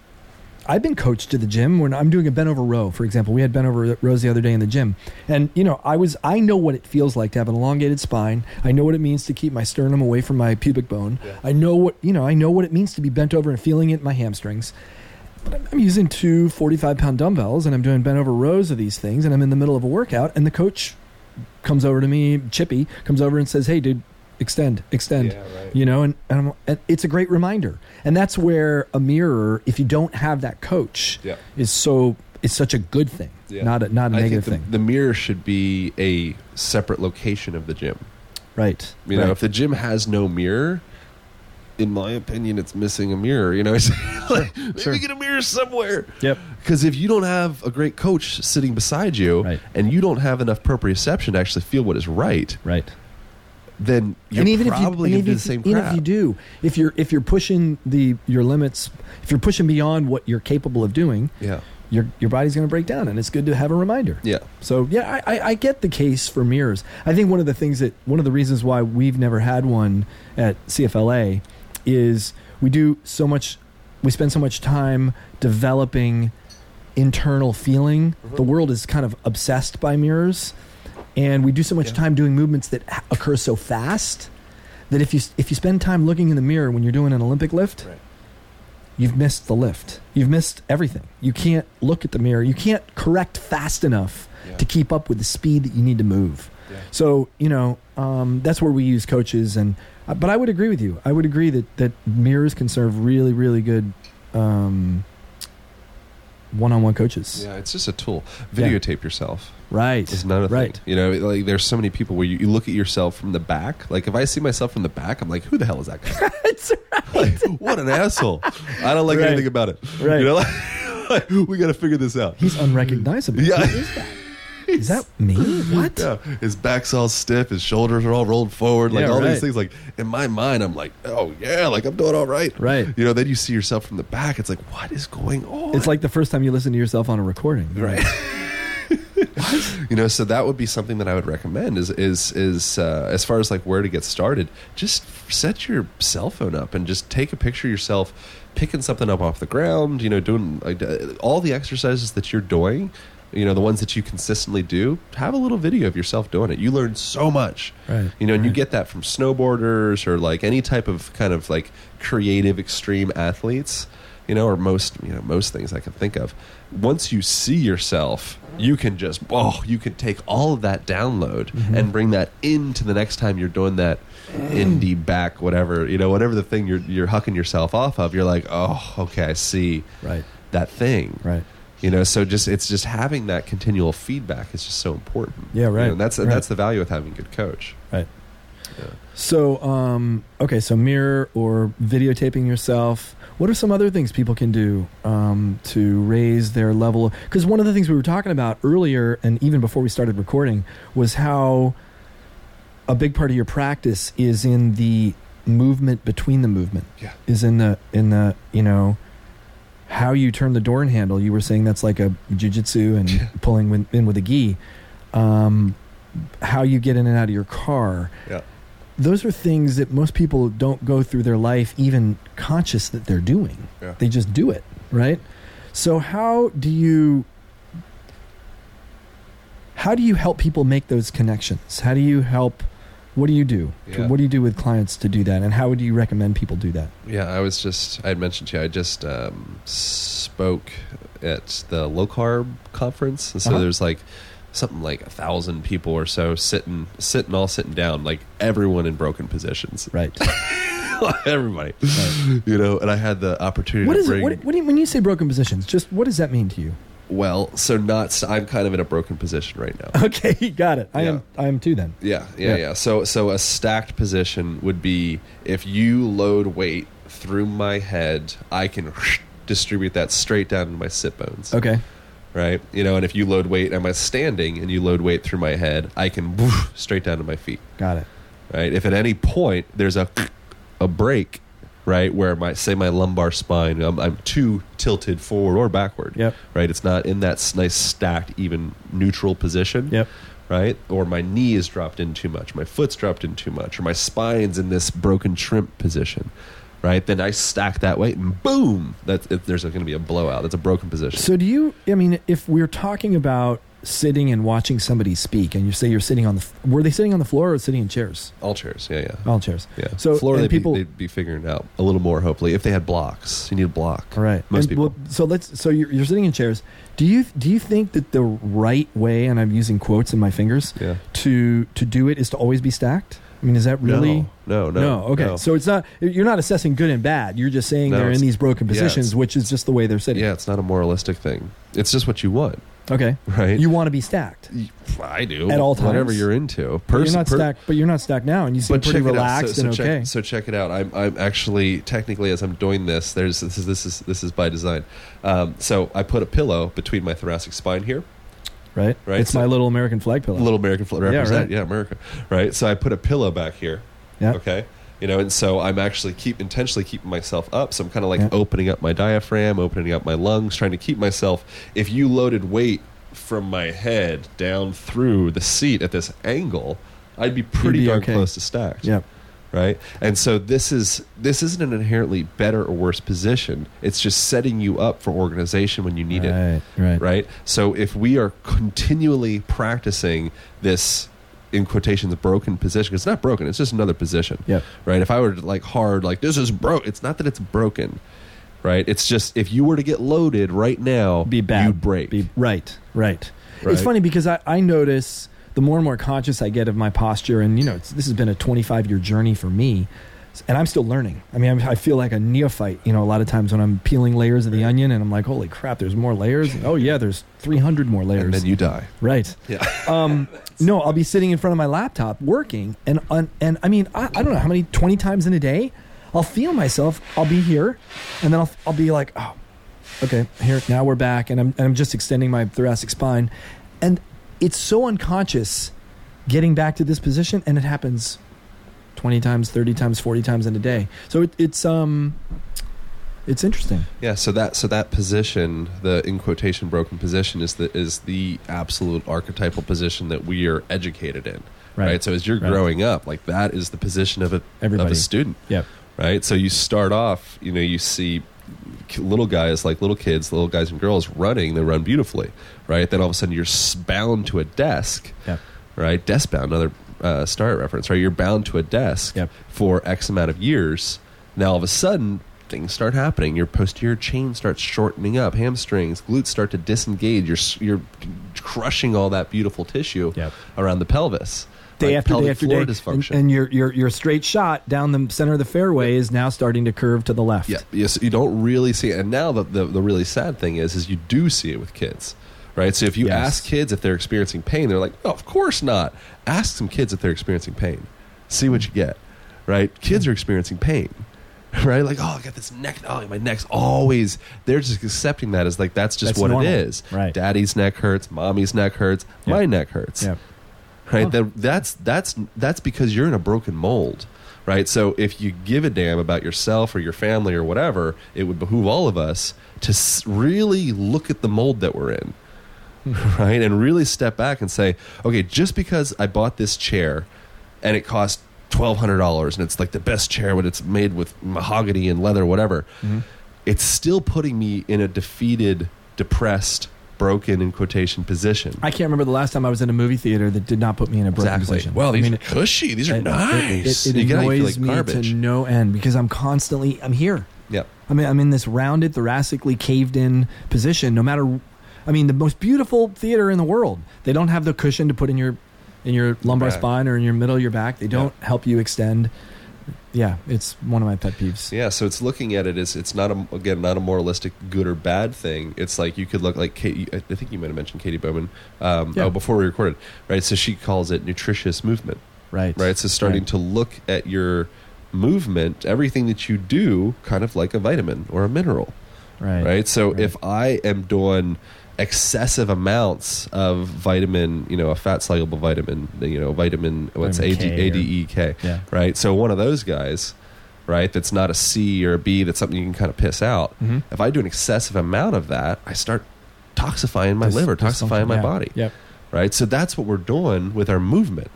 Speaker 1: I've been coached to the gym when I'm doing a bent over row, for example. We had bent over rows the other day in the gym, and you know, I was I know what it feels like to have an elongated spine. I know what it means to keep my sternum away from my pubic bone.
Speaker 2: Yeah.
Speaker 1: I know what you know. I know what it means to be bent over and feeling it in my hamstrings. But I'm- I'm using two 45 pound dumbbells and I'm doing bent over rows of these things, and I'm in the middle of a workout, and the coach comes over to me, Chippy comes over and says, "Hey, dude, extend, extend."
Speaker 2: right.
Speaker 1: you know and, and, I'm, and it's a great reminder and that's where a mirror if you don't have that coach
Speaker 2: Yeah.
Speaker 1: is so is such a good thing
Speaker 2: Yeah.
Speaker 1: not a not a
Speaker 2: I think
Speaker 1: negative
Speaker 2: the,
Speaker 1: thing
Speaker 2: the mirror should be a separate location of the gym.
Speaker 1: right
Speaker 2: You
Speaker 1: right.
Speaker 2: know, if the gym has no mirror, in my opinion, it's missing a mirror. You know, it's like maybe
Speaker 3: sure.
Speaker 2: get a mirror somewhere.
Speaker 3: Yep.
Speaker 2: Because if you don't have a great coach sitting beside you,
Speaker 3: Right.
Speaker 2: and you don't have enough proprioception to actually feel what is right,
Speaker 3: Right.
Speaker 2: then you're probably
Speaker 1: and
Speaker 2: going to do
Speaker 1: even
Speaker 2: the same
Speaker 1: if, you- even
Speaker 2: crap.
Speaker 1: if you do if you're if you're pushing the your limits if you're pushing beyond what you're capable of doing
Speaker 2: yeah,
Speaker 1: your your body's going to break down and it's good to have a reminder
Speaker 2: yeah,
Speaker 1: So yeah, I, I, I get the case for mirrors. I think one of the things that one of the reasons why we've never had one at CFLA is we do so much, we spend so much time developing internal feeling. The
Speaker 2: Mm-hmm.
Speaker 1: world is kind of obsessed by mirrors, and we do so much
Speaker 2: Yeah.
Speaker 1: time doing movements that ha- occur so fast that if you s- if you spend time looking in the mirror when you're doing an Olympic lift,
Speaker 2: Right.
Speaker 1: you've missed the lift. You've missed everything. You can't look at the mirror. You can't correct fast enough
Speaker 2: Yeah.
Speaker 1: to keep up with the speed that you need to move.
Speaker 2: Yeah.
Speaker 1: So you know um, that's where we use coaches, and uh, but I would agree with you. I would agree that that mirrors can serve really, really good um, one-on-one coaches.
Speaker 2: Yeah, it's just a tool.
Speaker 1: Yeah.
Speaker 2: Videotape yourself.
Speaker 1: Right.
Speaker 2: It's another thing.
Speaker 1: Right.
Speaker 2: You know, like there's so many people where you, you look at yourself from the back. Like if I see myself from the back, I'm like, who the hell is that guy?
Speaker 1: It's
Speaker 2: Like, what an asshole! I don't like
Speaker 1: Right.
Speaker 2: anything about it.
Speaker 1: Right.
Speaker 2: You know, like, we got to figure this out.
Speaker 1: He's unrecognizable.
Speaker 2: Yeah.
Speaker 1: Who is that? Is that me? What?
Speaker 2: Yeah, his back's all stiff. His shoulders are all rolled forward. Like
Speaker 1: Yeah,
Speaker 2: all
Speaker 1: right.
Speaker 2: these things. Like in my mind, I'm like, oh yeah, like I'm doing all right.
Speaker 1: Right.
Speaker 2: You know, then you see yourself from the back. It's like, what is going on?
Speaker 1: It's like the first time you listen to yourself on a recording.
Speaker 2: right. You know, so that would be something that I would recommend. Is is is uh, as far as like where to get started. Just set your cell phone up and just take a picture of yourself picking something up off the ground. You know, doing like uh, all the exercises that you're doing. You know, the ones that you consistently do. Have a little video of yourself doing it. You learn so much.
Speaker 1: Right.
Speaker 2: You know, and you
Speaker 1: Right.
Speaker 2: get that from snowboarders or like any type of kind of like creative extreme athletes, you know, or most, you know, most things I can think of. Once you see yourself, you can just, oh, you can take all of that download
Speaker 1: Mm-hmm.
Speaker 2: and bring that into the next time you're doing that indie back, whatever, you know, whatever the thing you're, you're hucking yourself off of. You're like, oh, okay, I see
Speaker 1: Right.
Speaker 2: that thing.
Speaker 1: Right.
Speaker 2: You know, so just it's just having that continual feedback is just so important.
Speaker 1: Yeah,
Speaker 2: You know,
Speaker 1: right,
Speaker 2: and that's and
Speaker 1: right.
Speaker 2: that's the value of having a good coach.
Speaker 1: Right.
Speaker 2: Yeah.
Speaker 1: So, um, okay, so mirror or videotaping yourself. What are some other things people can do um, to raise their level? Because one of the things we were talking about earlier, and even before we started recording, was how a big part of your practice is in the movement between the movement.
Speaker 2: Yeah.
Speaker 1: Is in the in the you know how you turn the door handle. You were saying that's like a jujitsu and
Speaker 2: Yeah.
Speaker 1: pulling win- in with a gi. Um, how you get in and out of your car
Speaker 2: Yeah.
Speaker 1: those are things that most people don't go through their life even conscious that they're doing.
Speaker 2: Yeah.
Speaker 1: They just do it, right? So how do you how do you help people make those connections? How do you help what do you do?
Speaker 2: Yeah.
Speaker 1: What do you do with clients to do that and how would you recommend people do that?
Speaker 2: Yeah, I was just, I had mentioned to you, I just um, spoke at the low carb conference. And so
Speaker 1: Uh-huh.
Speaker 2: there's like something like a thousand people or so sitting, sitting, all sitting down, like everyone in broken positions.
Speaker 1: Right.
Speaker 2: Everybody, you know, and I had the opportunity
Speaker 1: what
Speaker 2: to
Speaker 1: is
Speaker 2: bring.
Speaker 1: it? What, what do you, when you say broken positions, just what does that mean to you?
Speaker 2: well, so not, so I'm kind of in a broken position right now.
Speaker 1: Okay, got it. I am I am too then.
Speaker 2: Yeah, yeah,
Speaker 1: Yeah.
Speaker 2: yeah, So so a stacked position would be if you load weight through my head, I can distribute that straight down to my sit bones.
Speaker 1: Okay.
Speaker 2: Right? You know, and if you load weight am I standing and you load weight through my head, I can straight down to my feet.
Speaker 1: Got it.
Speaker 2: Right? If at any point there's a a break, right, where my say my lumbar spine I'm, I'm too tilted forward or backward.
Speaker 1: Yep.
Speaker 2: Right? It's not in that s- nice stacked even neutral position
Speaker 1: Yep.
Speaker 2: right? Or my knee is dropped in too much, my foot's dropped in too much, or my spine's in this broken shrimp position, right? Then I stack that weight and boom, that's if there's going to be a blowout. That's a broken position.
Speaker 1: So do you? I mean, if we're talking about sitting and watching somebody speak, and you say you're sitting on the, f- were they sitting on the floor or sitting in chairs?
Speaker 2: All chairs, yeah, yeah,
Speaker 1: All chairs.
Speaker 2: yeah.
Speaker 1: So
Speaker 2: floor
Speaker 1: and
Speaker 2: they'd,
Speaker 1: people.
Speaker 2: be, they'd be figuring it out a little more hopefully if they had blocks. You need a block,
Speaker 1: all right.
Speaker 2: Most
Speaker 1: And,
Speaker 2: people.
Speaker 1: well, so let's. So you're, you're sitting in chairs. Do you do you think that the right way, and I'm using quotes in my fingers,
Speaker 2: yeah.
Speaker 1: to to do it is to always be stacked? I mean, is that really?
Speaker 2: No, no, no.
Speaker 1: okay.
Speaker 2: no.
Speaker 1: So it's not. You're not assessing good and bad. You're just saying
Speaker 2: No,
Speaker 1: they're in
Speaker 2: it's-
Speaker 1: these broken
Speaker 2: yeah,
Speaker 1: positions,
Speaker 2: it's-
Speaker 1: which is just the way they're sitting.
Speaker 2: yeah, it's not a moralistic thing. It's just what you want,
Speaker 1: Okay.
Speaker 2: right?
Speaker 1: You want to be stacked.
Speaker 2: I do
Speaker 1: At all
Speaker 2: Whatever
Speaker 1: times.
Speaker 2: you're into,
Speaker 1: But
Speaker 2: Pers-
Speaker 1: you're not
Speaker 2: per-
Speaker 1: stacked, but you're not stacked now, and you seem pretty
Speaker 2: check it out.
Speaker 1: relaxed
Speaker 2: so,
Speaker 1: and
Speaker 2: so
Speaker 1: okay.
Speaker 2: Check, so check it out. I'm, I'm actually technically as I'm doing this. There's this is this is this is by design. Um, so I put a pillow between my thoracic spine here.
Speaker 1: right?
Speaker 2: Right,
Speaker 1: It's
Speaker 2: so-
Speaker 1: my little American flag pillow.
Speaker 2: Little American flag
Speaker 1: Yeah,
Speaker 2: represent.
Speaker 1: right.
Speaker 2: Yeah, America. Right. So I put a pillow back here.
Speaker 1: Yeah.
Speaker 2: Okay. You know, and so I'm actually keep intentionally keeping myself up. So I'm kind of like
Speaker 1: Yeah.
Speaker 2: opening up my diaphragm, opening up my lungs, trying to keep myself. If you loaded weight from my head down through the seat at this angle, I'd be pretty
Speaker 1: be
Speaker 2: darn
Speaker 1: okay.
Speaker 2: close to stacked.
Speaker 1: Yep.
Speaker 2: right and so this is this isn't an inherently better or worse position it's just setting you up for organization when you need it
Speaker 1: Right, right.
Speaker 2: right so if we are continually practicing this in quotations broken position it's not broken it's just another position
Speaker 1: Yep.
Speaker 2: right if i were to, like hard like this is broke it's not that it's broken right? It's just if you were to get loaded right now,
Speaker 3: Be bad.
Speaker 2: you'd break.
Speaker 3: Be, right, right.
Speaker 2: right?
Speaker 1: It's funny because I, I notice the more and more conscious I get of my posture, and you know, it's, this has been a 25 year journey for me, and I'm still learning. I mean, I'm, I feel like a neophyte, you know, a lot of times when I'm peeling layers of the onion and I'm like, holy crap, there's more layers. Oh, yeah, there's 300 more layers.
Speaker 2: And then you die.
Speaker 1: right.
Speaker 2: Yeah.
Speaker 1: Um, no, I'll be sitting in front of my laptop working, and on, and I mean, I, I don't know how many twenty times in a day, I'll feel myself. I'll be here, and then I'll I'll be like, oh, okay, here now we're back, and I'm and I'm just extending my thoracic spine, and it's so unconscious, getting back to this position, and it happens. 20 times 30 times 40 times in a day so it, it's um it's interesting
Speaker 2: Yeah, so that so that position, the in quotation broken position, is the is the absolute archetypal position that we are educated in. Right.
Speaker 3: Right.
Speaker 2: So as you're
Speaker 3: Right.
Speaker 2: growing up, like that is the position of a of
Speaker 3: Everybody.
Speaker 2: a student.
Speaker 3: Yep.
Speaker 2: Right. So you start off, you know, you see k- little guys like little kids, little guys and girls running. They run beautifully. Right. Then all of a sudden you're s- bound to a desk.
Speaker 3: Yep.
Speaker 2: Right. Desk bound. Another uh, start reference. Right. You're bound to a desk
Speaker 3: Yep.
Speaker 2: for X amount of years. Now all of a sudden things start happening. Your posterior chain starts shortening up. Hamstrings, glutes start to disengage. You're s- you're crushing all that beautiful tissue
Speaker 3: Yep.
Speaker 2: around the pelvis.
Speaker 1: day
Speaker 2: Like
Speaker 1: after
Speaker 2: pelvic
Speaker 1: day after
Speaker 2: floor
Speaker 1: day,
Speaker 2: dysfunction.
Speaker 1: And, and your your your straight shot down the center of the fairway is now starting to curve to the left.
Speaker 2: Yeah, yes, you don't really see it. And now the, the the really sad thing is, is you do see it with kids, right? So if you
Speaker 3: Yes.
Speaker 2: ask kids if they're experiencing pain, they're like, "Oh, of course not." Ask some kids if they're experiencing pain, see what you get, right? Kids are experiencing pain, right? Like, oh, I got this neck. Oh, my neck's always. They're just accepting that as like that's just
Speaker 3: That's
Speaker 2: what
Speaker 3: normal.
Speaker 2: it is.
Speaker 3: Right.
Speaker 2: Daddy's neck hurts. Mommy's neck hurts.
Speaker 3: Yeah.
Speaker 2: My neck hurts
Speaker 3: Yep.
Speaker 2: right
Speaker 3: Huh.
Speaker 2: that, that's that's that's because you're in a broken mold right so if you give a damn about yourself or your family or whatever it would behoove all of us to s- really look at the mold that we're in right and really step back and say okay just because i bought this chair and it cost $1200 and it's like the best chair when it's made with mahogany and leather whatever it's still putting me in a defeated depressed broken in quotation position
Speaker 1: I can't remember the last time I was in a movie theater that did not put me in a broken position.
Speaker 2: Well, these
Speaker 1: I mean,
Speaker 2: are cushy. These are
Speaker 1: it-
Speaker 2: nice.
Speaker 1: It, it, it
Speaker 2: you gotta feel
Speaker 1: annoys
Speaker 2: like
Speaker 1: me
Speaker 2: garbage.
Speaker 1: to no end because I'm constantly I'm here.
Speaker 2: yeah.
Speaker 1: I mean, I'm in this rounded, thoracically caved in position. No matter, I mean, the most beautiful theater in the world. They don't have the cushion to put in your in your lumbar
Speaker 2: Back.
Speaker 1: spine or in your middle of your back. They don't help you extend. Yeah, it's one of my pet peeves.
Speaker 2: Yeah. So it's looking at it as it's not a, again not a moralistic good or bad thing. It's like you could look like Katie. I think you might have mentioned Katie Bowman. Um,
Speaker 1: Yeah.
Speaker 2: oh, before we recorded, right? So she calls it nutritious movement.
Speaker 3: Right.
Speaker 2: Right. So starting
Speaker 3: Right.
Speaker 2: to look at your movement, everything that you do, kind of like a vitamin or a mineral.
Speaker 3: Right.
Speaker 2: right so
Speaker 3: Right.
Speaker 2: if i am doing excessive amounts of vitamin you know a fat soluble vitamin you know vitamin what's
Speaker 3: Vitamin
Speaker 2: AD,
Speaker 3: K or-
Speaker 2: adek
Speaker 3: Yeah.
Speaker 2: E right so one of those guys right that's not a c or a b that's something you can kind of piss out
Speaker 1: Mhm.
Speaker 2: if i do an excessive amount of that i start toxifying my
Speaker 1: There's-
Speaker 2: liver
Speaker 1: there's
Speaker 2: toxifying
Speaker 1: something-
Speaker 2: my
Speaker 1: yeah.
Speaker 2: body
Speaker 1: Yep.
Speaker 2: right so that's what we're doing with our movement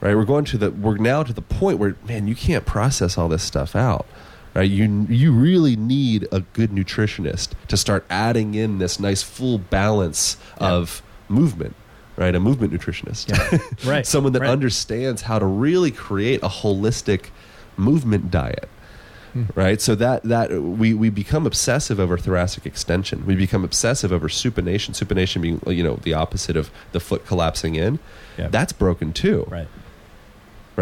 Speaker 2: right we're going to the we're now to the point where man you can't process all this stuff out right you you really need a good nutritionist to start adding in this nice full balance
Speaker 3: Yeah.
Speaker 2: of movement right a movement nutritionist
Speaker 3: Right.
Speaker 2: someone that
Speaker 3: Right.
Speaker 2: understands how to really create a holistic movement diet right so that that we we become obsessive over thoracic extension we become obsessive over supination supination being you know the opposite of the foot collapsing in
Speaker 3: Yeah.
Speaker 2: that's broken too right,
Speaker 3: Right.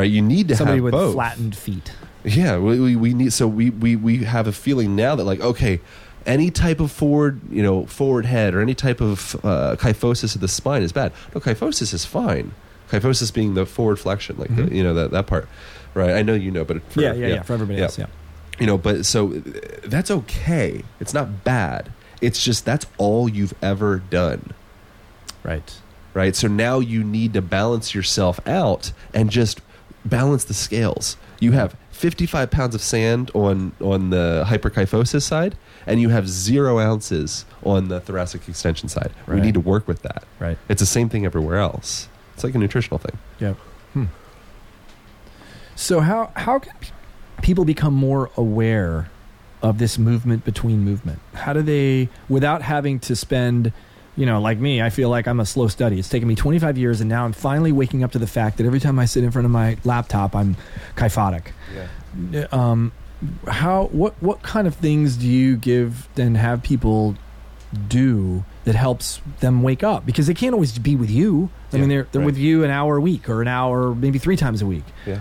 Speaker 2: you need to
Speaker 1: Somebody
Speaker 2: have
Speaker 1: with
Speaker 2: both
Speaker 1: flattened feet.
Speaker 2: yeah we, we, we need so we, we we have a feeling now that like okay any type of forward you know forward head or any type of uh, kyphosis of the spine is bad no kyphosis is fine kyphosis being the forward flexion like
Speaker 1: Mhm.
Speaker 2: the, you know that, that part right i know you know but for-
Speaker 1: For everybody
Speaker 2: Mm-hmm. Yeah.
Speaker 1: else, yeah.
Speaker 2: you know but so uh, that's okay it's not bad it's just that's all you've ever done
Speaker 3: Right.
Speaker 2: right so now you need to balance yourself out and just balance the scales you have 55 pounds of sand on on the hyperkyphosis side and you have zero ounces on the thoracic extension side we
Speaker 3: Right.
Speaker 2: need to work with that
Speaker 3: Right.
Speaker 2: it's the same thing everywhere else it's like a nutritional thing
Speaker 1: So how how can pe- people become more aware of this movement between movement? How do they without having to spend you know, like me, I feel like I'm a slow study. It's taken me 25 years, and now I'm finally waking up to the fact that every time I sit in front of my laptop, I'm kyphotic.
Speaker 2: yeah
Speaker 1: Um, how what what kind of things do you give and have people do that helps them wake up because they can't always be with you. I
Speaker 2: Yeah,
Speaker 1: mean, they're they're
Speaker 2: right.
Speaker 1: with you an hour a week or an hour maybe three times a week.
Speaker 2: Yeah.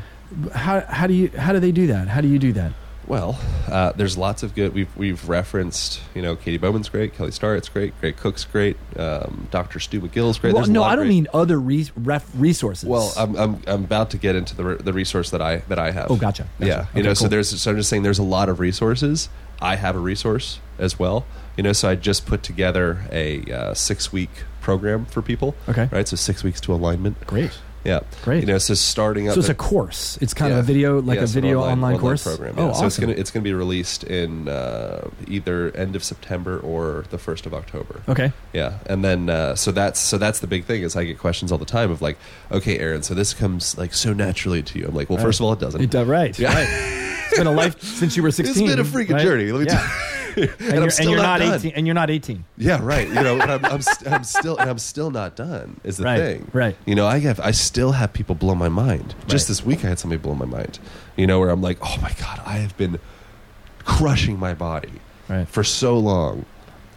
Speaker 1: How how do you how do they do that? How do you do that?
Speaker 2: Well, uh, there's lots of good. We've we've referenced, you know, Katie Bowman's great, Kelly Starrett's great, Great Cook's great, um, Dr. Stu McGill's great.
Speaker 1: well,
Speaker 2: There's a
Speaker 1: no,
Speaker 2: lot of
Speaker 1: I don't
Speaker 2: great-
Speaker 1: mean other re- ref resources.
Speaker 2: Well, uh, I'm, I'm I'm about to get into the re- the resource that I that I have.
Speaker 1: oh, gotcha. gotcha.
Speaker 2: Yeah, you
Speaker 1: Okay,
Speaker 2: know, so
Speaker 1: cool.
Speaker 2: there's so I'm just saying there's a lot of resources. I have a resource as well. You know, so I just put together a uh, six week program for people.
Speaker 1: okay,
Speaker 2: Right, so six weeks to alignment.
Speaker 3: Great.
Speaker 2: Yeah,
Speaker 1: great.
Speaker 2: you know, so starting up.
Speaker 1: so it's
Speaker 2: the-
Speaker 1: a course. It's kind
Speaker 2: Yeah.
Speaker 1: of a video, like
Speaker 2: yeah,
Speaker 1: a
Speaker 2: it's an
Speaker 1: video online, course.
Speaker 2: program.
Speaker 1: Oh,
Speaker 2: yeah.
Speaker 1: awesome.
Speaker 2: So it's gonna it's gonna be released in uh, either end of September or the first of October.
Speaker 1: okay.
Speaker 2: Yeah, and then uh, so that's so that's the big thing is I get questions all the time of like, okay, Aaron, so this comes like so naturally to you. I'm like, well,
Speaker 1: Right.
Speaker 2: first of all, it doesn't.
Speaker 1: It does right.
Speaker 2: Yeah.
Speaker 1: Right. It's been a life since you were
Speaker 2: It's
Speaker 1: 16.
Speaker 2: been a freaking
Speaker 1: right?
Speaker 2: journey. Let me
Speaker 1: Yeah.
Speaker 2: tell
Speaker 1: And,
Speaker 2: I'm
Speaker 1: you're,
Speaker 2: still
Speaker 1: you're
Speaker 2: not
Speaker 1: not,
Speaker 2: done.
Speaker 1: 18. And you're not 18.
Speaker 2: Yeah, right. You know, and I'm, I'm, st- I'm still and I'm still not done. Is the
Speaker 1: Right,
Speaker 2: thing,
Speaker 1: right.
Speaker 2: You know, I have I still have people blow my mind. Just
Speaker 3: Right.
Speaker 2: this week, I had somebody blow my mind. You know, where I'm like, oh my god, I have been crushing my body
Speaker 3: Right.
Speaker 2: for so long,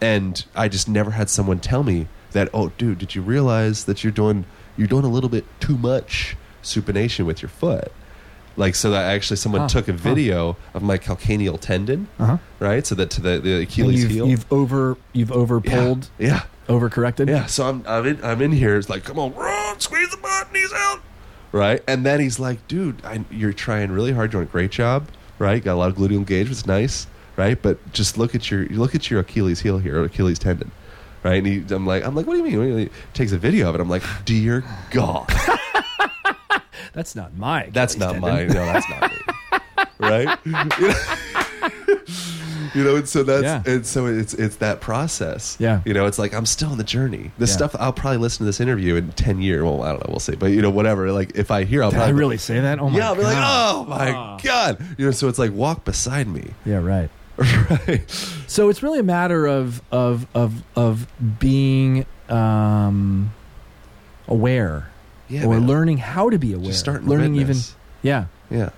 Speaker 2: and I just never had someone tell me that. Oh, dude, did you realize that you're doing you're doing a little bit too much supination with your foot? Like, so that actually someone
Speaker 1: Huh,
Speaker 2: took a
Speaker 1: huh.
Speaker 2: video of my calcaneal tendon,
Speaker 1: Uh-huh.
Speaker 2: right? So that to the, the
Speaker 1: And
Speaker 2: Achilles
Speaker 1: you've,
Speaker 2: heel.
Speaker 1: you've over you've over
Speaker 2: Yeah,
Speaker 1: pulled,
Speaker 2: yeah.
Speaker 1: over corrected.
Speaker 2: Yeah, so I'm I'm in, I'm in here. It's like, come on, run, squeeze the butt, knees out, right? And then he's like, dude, I, you're trying really hard. You're doing a great job, right? Got a lot of gluteal engagement. It's nice, right? But just look at your you look at your Achilles heel here, or Achilles tendon, right? And he, I'm like, I'm like, what do you mean? What do you mean? Takes a video of it. I'm like, dear God,
Speaker 1: That's not my.
Speaker 2: that's not mine. No, that's not me, right? You know- You know, and so that's
Speaker 1: Yeah.
Speaker 2: and so it's it's that process.
Speaker 1: Yeah.
Speaker 2: You know, it's like I'm still on the journey. This
Speaker 1: Yeah.
Speaker 2: stuff I'll probably listen to this interview in ten years. Well, I don't know, we'll see. But you know, whatever. Like if I hear, I'll
Speaker 1: Did I
Speaker 2: probably
Speaker 1: really say that? Oh my
Speaker 2: yeah, I'll be like,
Speaker 1: God.
Speaker 2: oh my
Speaker 1: Ah.
Speaker 2: god. You know, so it's like walk beside me,
Speaker 1: Yeah, right.
Speaker 2: right?
Speaker 1: So it's really a matter of of of of being um, aware
Speaker 2: Yeah,
Speaker 1: or
Speaker 2: man.
Speaker 1: learning how to be aware.
Speaker 2: Just start in the
Speaker 1: learning even
Speaker 2: midness.
Speaker 1: yeah.
Speaker 2: Yeah.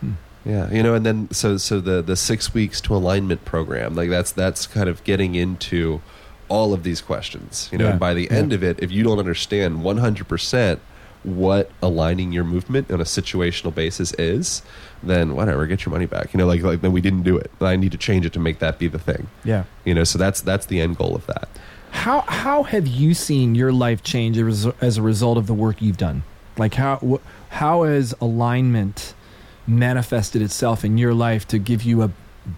Speaker 1: Hmm.
Speaker 2: Yeah, you know, and then so so the the six weeks to alignment program, like that's that's kind of getting into all of these questions, you know.
Speaker 1: Yeah,
Speaker 2: And by the
Speaker 1: yeah.
Speaker 2: end of it, if you don't understand one hundred percent what aligning your movement on a situational basis is, then whatever, get your money back. You know, like like then we didn't do it. I need to change it to make that be the thing.
Speaker 1: Yeah.
Speaker 2: You know, so that's that's the end goal of that.
Speaker 1: How how have you seen your life change as, as a result of the work you've done? Like how wh- how has alignment manifested itself in your life to give you a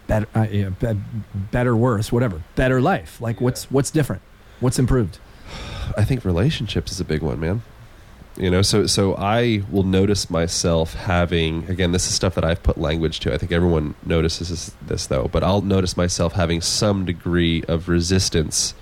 Speaker 1: better uh, yeah, be- better worse whatever better life? Like
Speaker 2: Yeah.
Speaker 1: what's what's different? What's improved?
Speaker 2: I think relationships is a big one, man. You know, so so I will notice myself having again. This is stuff that I've put language to. I think everyone notices this, this though, but I'll notice myself having some degree of resistance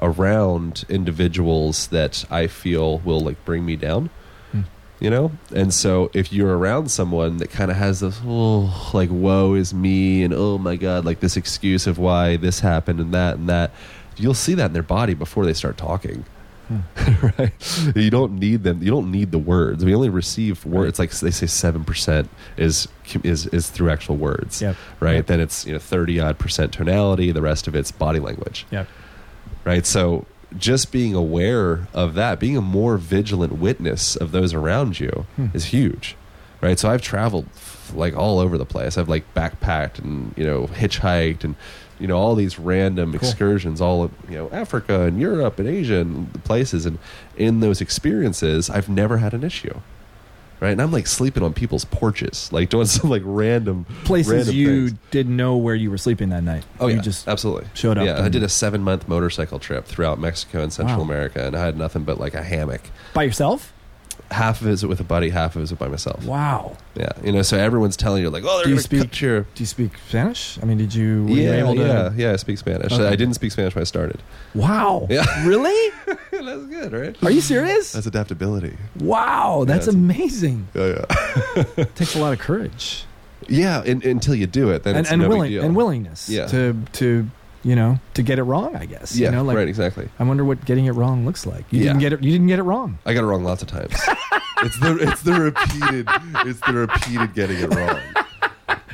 Speaker 2: around individuals that I feel will like bring me down.
Speaker 1: Hmm.
Speaker 2: You know, and so if you're around someone that kind of has this, oh, like woe is me, and oh my god, like this excuse of why this happened and that and that, you'll see that in their body before they start talking right? You don't need them. You don't need the words. We only receive words. It's like they say seven percent is is is through actual words,
Speaker 1: Yep.
Speaker 2: right?
Speaker 1: Yep.
Speaker 2: Then it's you know thirty odd percent tonality. The rest of it's body language,
Speaker 1: Yep.
Speaker 2: right? So just being aware of that, being a more vigilant witness of those around you,
Speaker 1: Hmm.
Speaker 2: is huge, right? So I've traveled f- like all over the place. I've like backpacked and you know hitchhiked and you know all these random excursions all of, you know Africa and Europe and Asia and places and in those experiences I've never had an issue. Right? And I'm like sleeping on people's porches, like doing some like random
Speaker 1: Places
Speaker 2: random
Speaker 1: you
Speaker 2: things.
Speaker 1: didn't know where you were sleeping that night.
Speaker 2: Oh
Speaker 1: you
Speaker 2: yeah,
Speaker 1: just
Speaker 2: absolutely
Speaker 1: showed up
Speaker 2: Yeah, I
Speaker 1: and-
Speaker 2: did a seven month motorcycle trip throughout Mexico and Central
Speaker 1: Wow.
Speaker 2: America, and I had nothing but like a hammock.
Speaker 1: by yourself?
Speaker 2: Half of it is with a buddy, half of it is by myself.
Speaker 1: Wow.
Speaker 2: Yeah, you know, so everyone's telling you like, oh, they're
Speaker 1: Do you
Speaker 2: going to
Speaker 1: speak-
Speaker 2: cut your
Speaker 1: Do you speak Spanish? I mean, did you were you
Speaker 2: yeah,
Speaker 1: able to
Speaker 2: yeah, yeah. I speak Spanish.
Speaker 1: Okay.
Speaker 2: I didn't speak Spanish when I started.
Speaker 1: Wow.
Speaker 2: Yeah.
Speaker 1: Really?
Speaker 2: That's good, right?
Speaker 1: Are you serious?
Speaker 2: That's adaptability.
Speaker 1: Wow, that's
Speaker 2: it's-
Speaker 1: amazing.
Speaker 2: Yeah, yeah.
Speaker 1: takes a lot of courage.
Speaker 2: yeah and, until you do it, then
Speaker 1: and,
Speaker 2: it's
Speaker 1: and
Speaker 2: no big
Speaker 1: willing
Speaker 2: deal.
Speaker 1: and willingness
Speaker 2: Yeah.
Speaker 1: to to you know to get it wrong. I guess
Speaker 2: Yeah,
Speaker 1: you know like
Speaker 2: right. Exactly.
Speaker 1: I wonder what getting it wrong looks like. You
Speaker 2: Yeah.
Speaker 1: didn't get it. You didn't get it wrong.
Speaker 2: I got it wrong lots of times. it's the it's the repeated it's the repeated getting it wrong.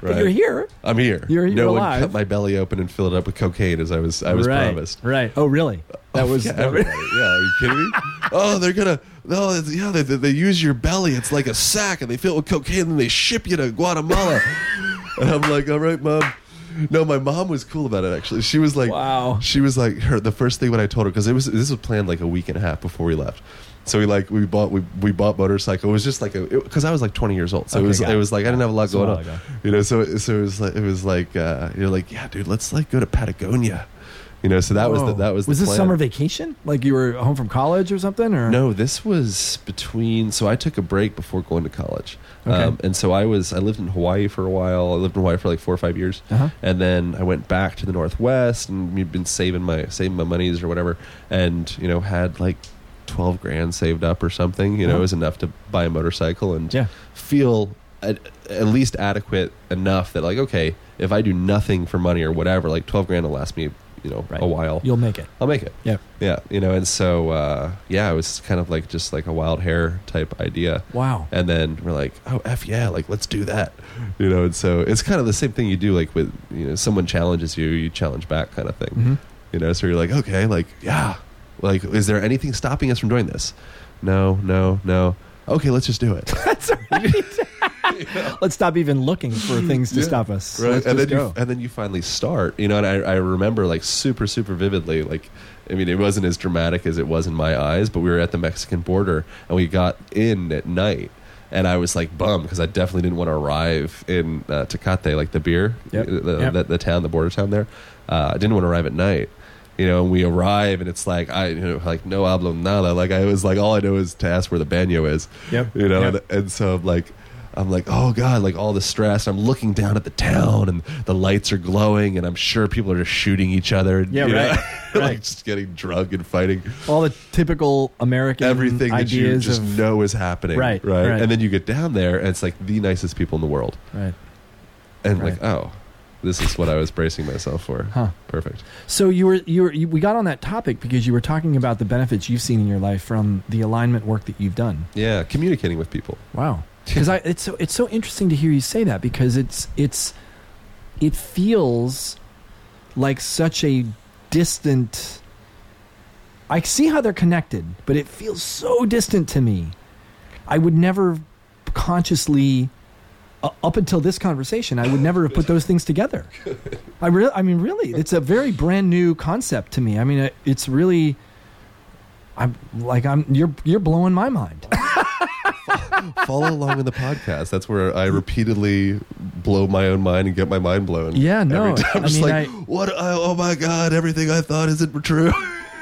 Speaker 1: But you're
Speaker 2: Right.
Speaker 1: here.
Speaker 2: I'm here.
Speaker 1: You're- you're
Speaker 2: no
Speaker 1: alive.
Speaker 2: one cut my belly open and filled it up with cocaine as I was I was
Speaker 3: right.
Speaker 2: promised.
Speaker 3: Right. Oh, really? That was
Speaker 2: Yeah, everybody. yeah, are you kidding me? Oh, they're gonna. No, it's- yeah, they, they, they use your belly. It's like a sack, and they fill it with cocaine, and then they ship you to Guatemala. and I'm like, all right, mom. No, my mom was cool about it. Actually, she was like,
Speaker 1: Wow.
Speaker 2: She was like, her the first thing when I told her because it was this was planned like a week and a half before we left. So we like we bought we, we bought motorcycle. It was just like a because I was like 20 years old, so
Speaker 3: Okay,
Speaker 2: it was
Speaker 3: got
Speaker 2: it
Speaker 3: it.
Speaker 2: was like I didn't have a lot
Speaker 3: a
Speaker 2: going
Speaker 3: while
Speaker 2: on,
Speaker 3: ago.
Speaker 2: you know. So so it was like it was like uh, you're like yeah, dude, let's like go to Patagonia, you know. So that was the,
Speaker 1: Whoa.
Speaker 2: that was the
Speaker 1: was this
Speaker 2: plan.
Speaker 1: summer vacation? Like you were home from college or something? Or
Speaker 2: No, this was between. So I took a break before going to college,
Speaker 1: Okay.
Speaker 2: um, and so I was. I lived in Hawaii for a while. I lived in Hawaii for like four or five years,
Speaker 1: Uh-huh.
Speaker 2: and then I went back to the Northwest, and we'd been saving my saving my monies or whatever, and you know had like twelve grand saved up or something. You know,
Speaker 1: Uh-huh.
Speaker 2: it was enough to buy a motorcycle and
Speaker 3: Yeah.
Speaker 2: feel at, at least adequate enough that like okay, if I do nothing for money or whatever, like twelve grand will last me you know
Speaker 3: Right.
Speaker 2: a while.
Speaker 1: You'll make it.
Speaker 2: I'll make it.
Speaker 1: Yeah.
Speaker 2: Yeah, you know, and so uh, yeah, it was kind of like just like a wild hair type idea.
Speaker 1: Wow.
Speaker 2: And then we're like, oh f yeah, like let's do that, you know. And so it's kind of the same thing you do like with you know someone challenges you, you challenge back kind of thing,
Speaker 1: Mhm.
Speaker 2: you know. So you're like, okay, like yeah, like is there anything stopping us from doing this? No, no, no. Okay, let's just do it.
Speaker 1: That's right. Let's stop even looking for things to
Speaker 2: Yeah.
Speaker 1: stop us.
Speaker 2: right
Speaker 1: Let's
Speaker 2: and then
Speaker 1: just
Speaker 2: you,
Speaker 1: go.
Speaker 2: and then you finally start you know and I, I remember like super super vividly like i mean it wasn't as dramatic as it was in my eyes but we were at the mexican border and we got in at night and i was like bummed because i definitely didn't want to arrive in uh, tecate like the beer
Speaker 3: Yep.
Speaker 2: the,
Speaker 3: Yep.
Speaker 2: The, the town the border town there uh, i didn't want to arrive at night you know, and we arrive, and it's like I, you know, like no hablo nada. Like I was like, all I know is to ask where the baño is
Speaker 3: Yep.
Speaker 2: you know
Speaker 3: Yep.
Speaker 2: and, and so i'm like i'm like oh god like all the stress i'm looking down at the town and the lights are glowing and i'm sure people are just shooting each other and,
Speaker 3: Yeah,
Speaker 2: you know,
Speaker 3: right,
Speaker 2: like
Speaker 3: right.
Speaker 2: just getting drunk and fighting
Speaker 1: All the typical American
Speaker 2: everything that you
Speaker 1: ideas
Speaker 2: just
Speaker 1: of
Speaker 2: know is happening
Speaker 3: Right,
Speaker 2: right
Speaker 3: right.
Speaker 2: and then you get down there and it's like the nicest people in the world
Speaker 3: Right.
Speaker 2: and
Speaker 1: Right.
Speaker 2: like oh this is what i was bracing myself for
Speaker 1: Huh.
Speaker 2: perfect
Speaker 1: So you were you were you, we got on that topic because you were talking about the benefits you've seen in your life from the alignment work that you've done.
Speaker 2: yeah communicating with people
Speaker 1: Wow. Because I it's so it's so interesting to hear you say that because it's it's it feels like such a distant I see how they're connected, but it feels so distant to me. I would never consciously u- up until this conversation, I would never have put those things together. I really I mean really, it's a very brand new concept to me. I mean, it- it's really I'm like I'm you're you're blowing my mind.
Speaker 2: follow along in the podcast that's where i repeatedly blow my own mind and get my mind blown
Speaker 1: Yeah, no.
Speaker 2: every time.
Speaker 1: I
Speaker 2: i'm just
Speaker 1: mean,
Speaker 2: like
Speaker 1: I-
Speaker 2: what oh my god everything i thought isn't true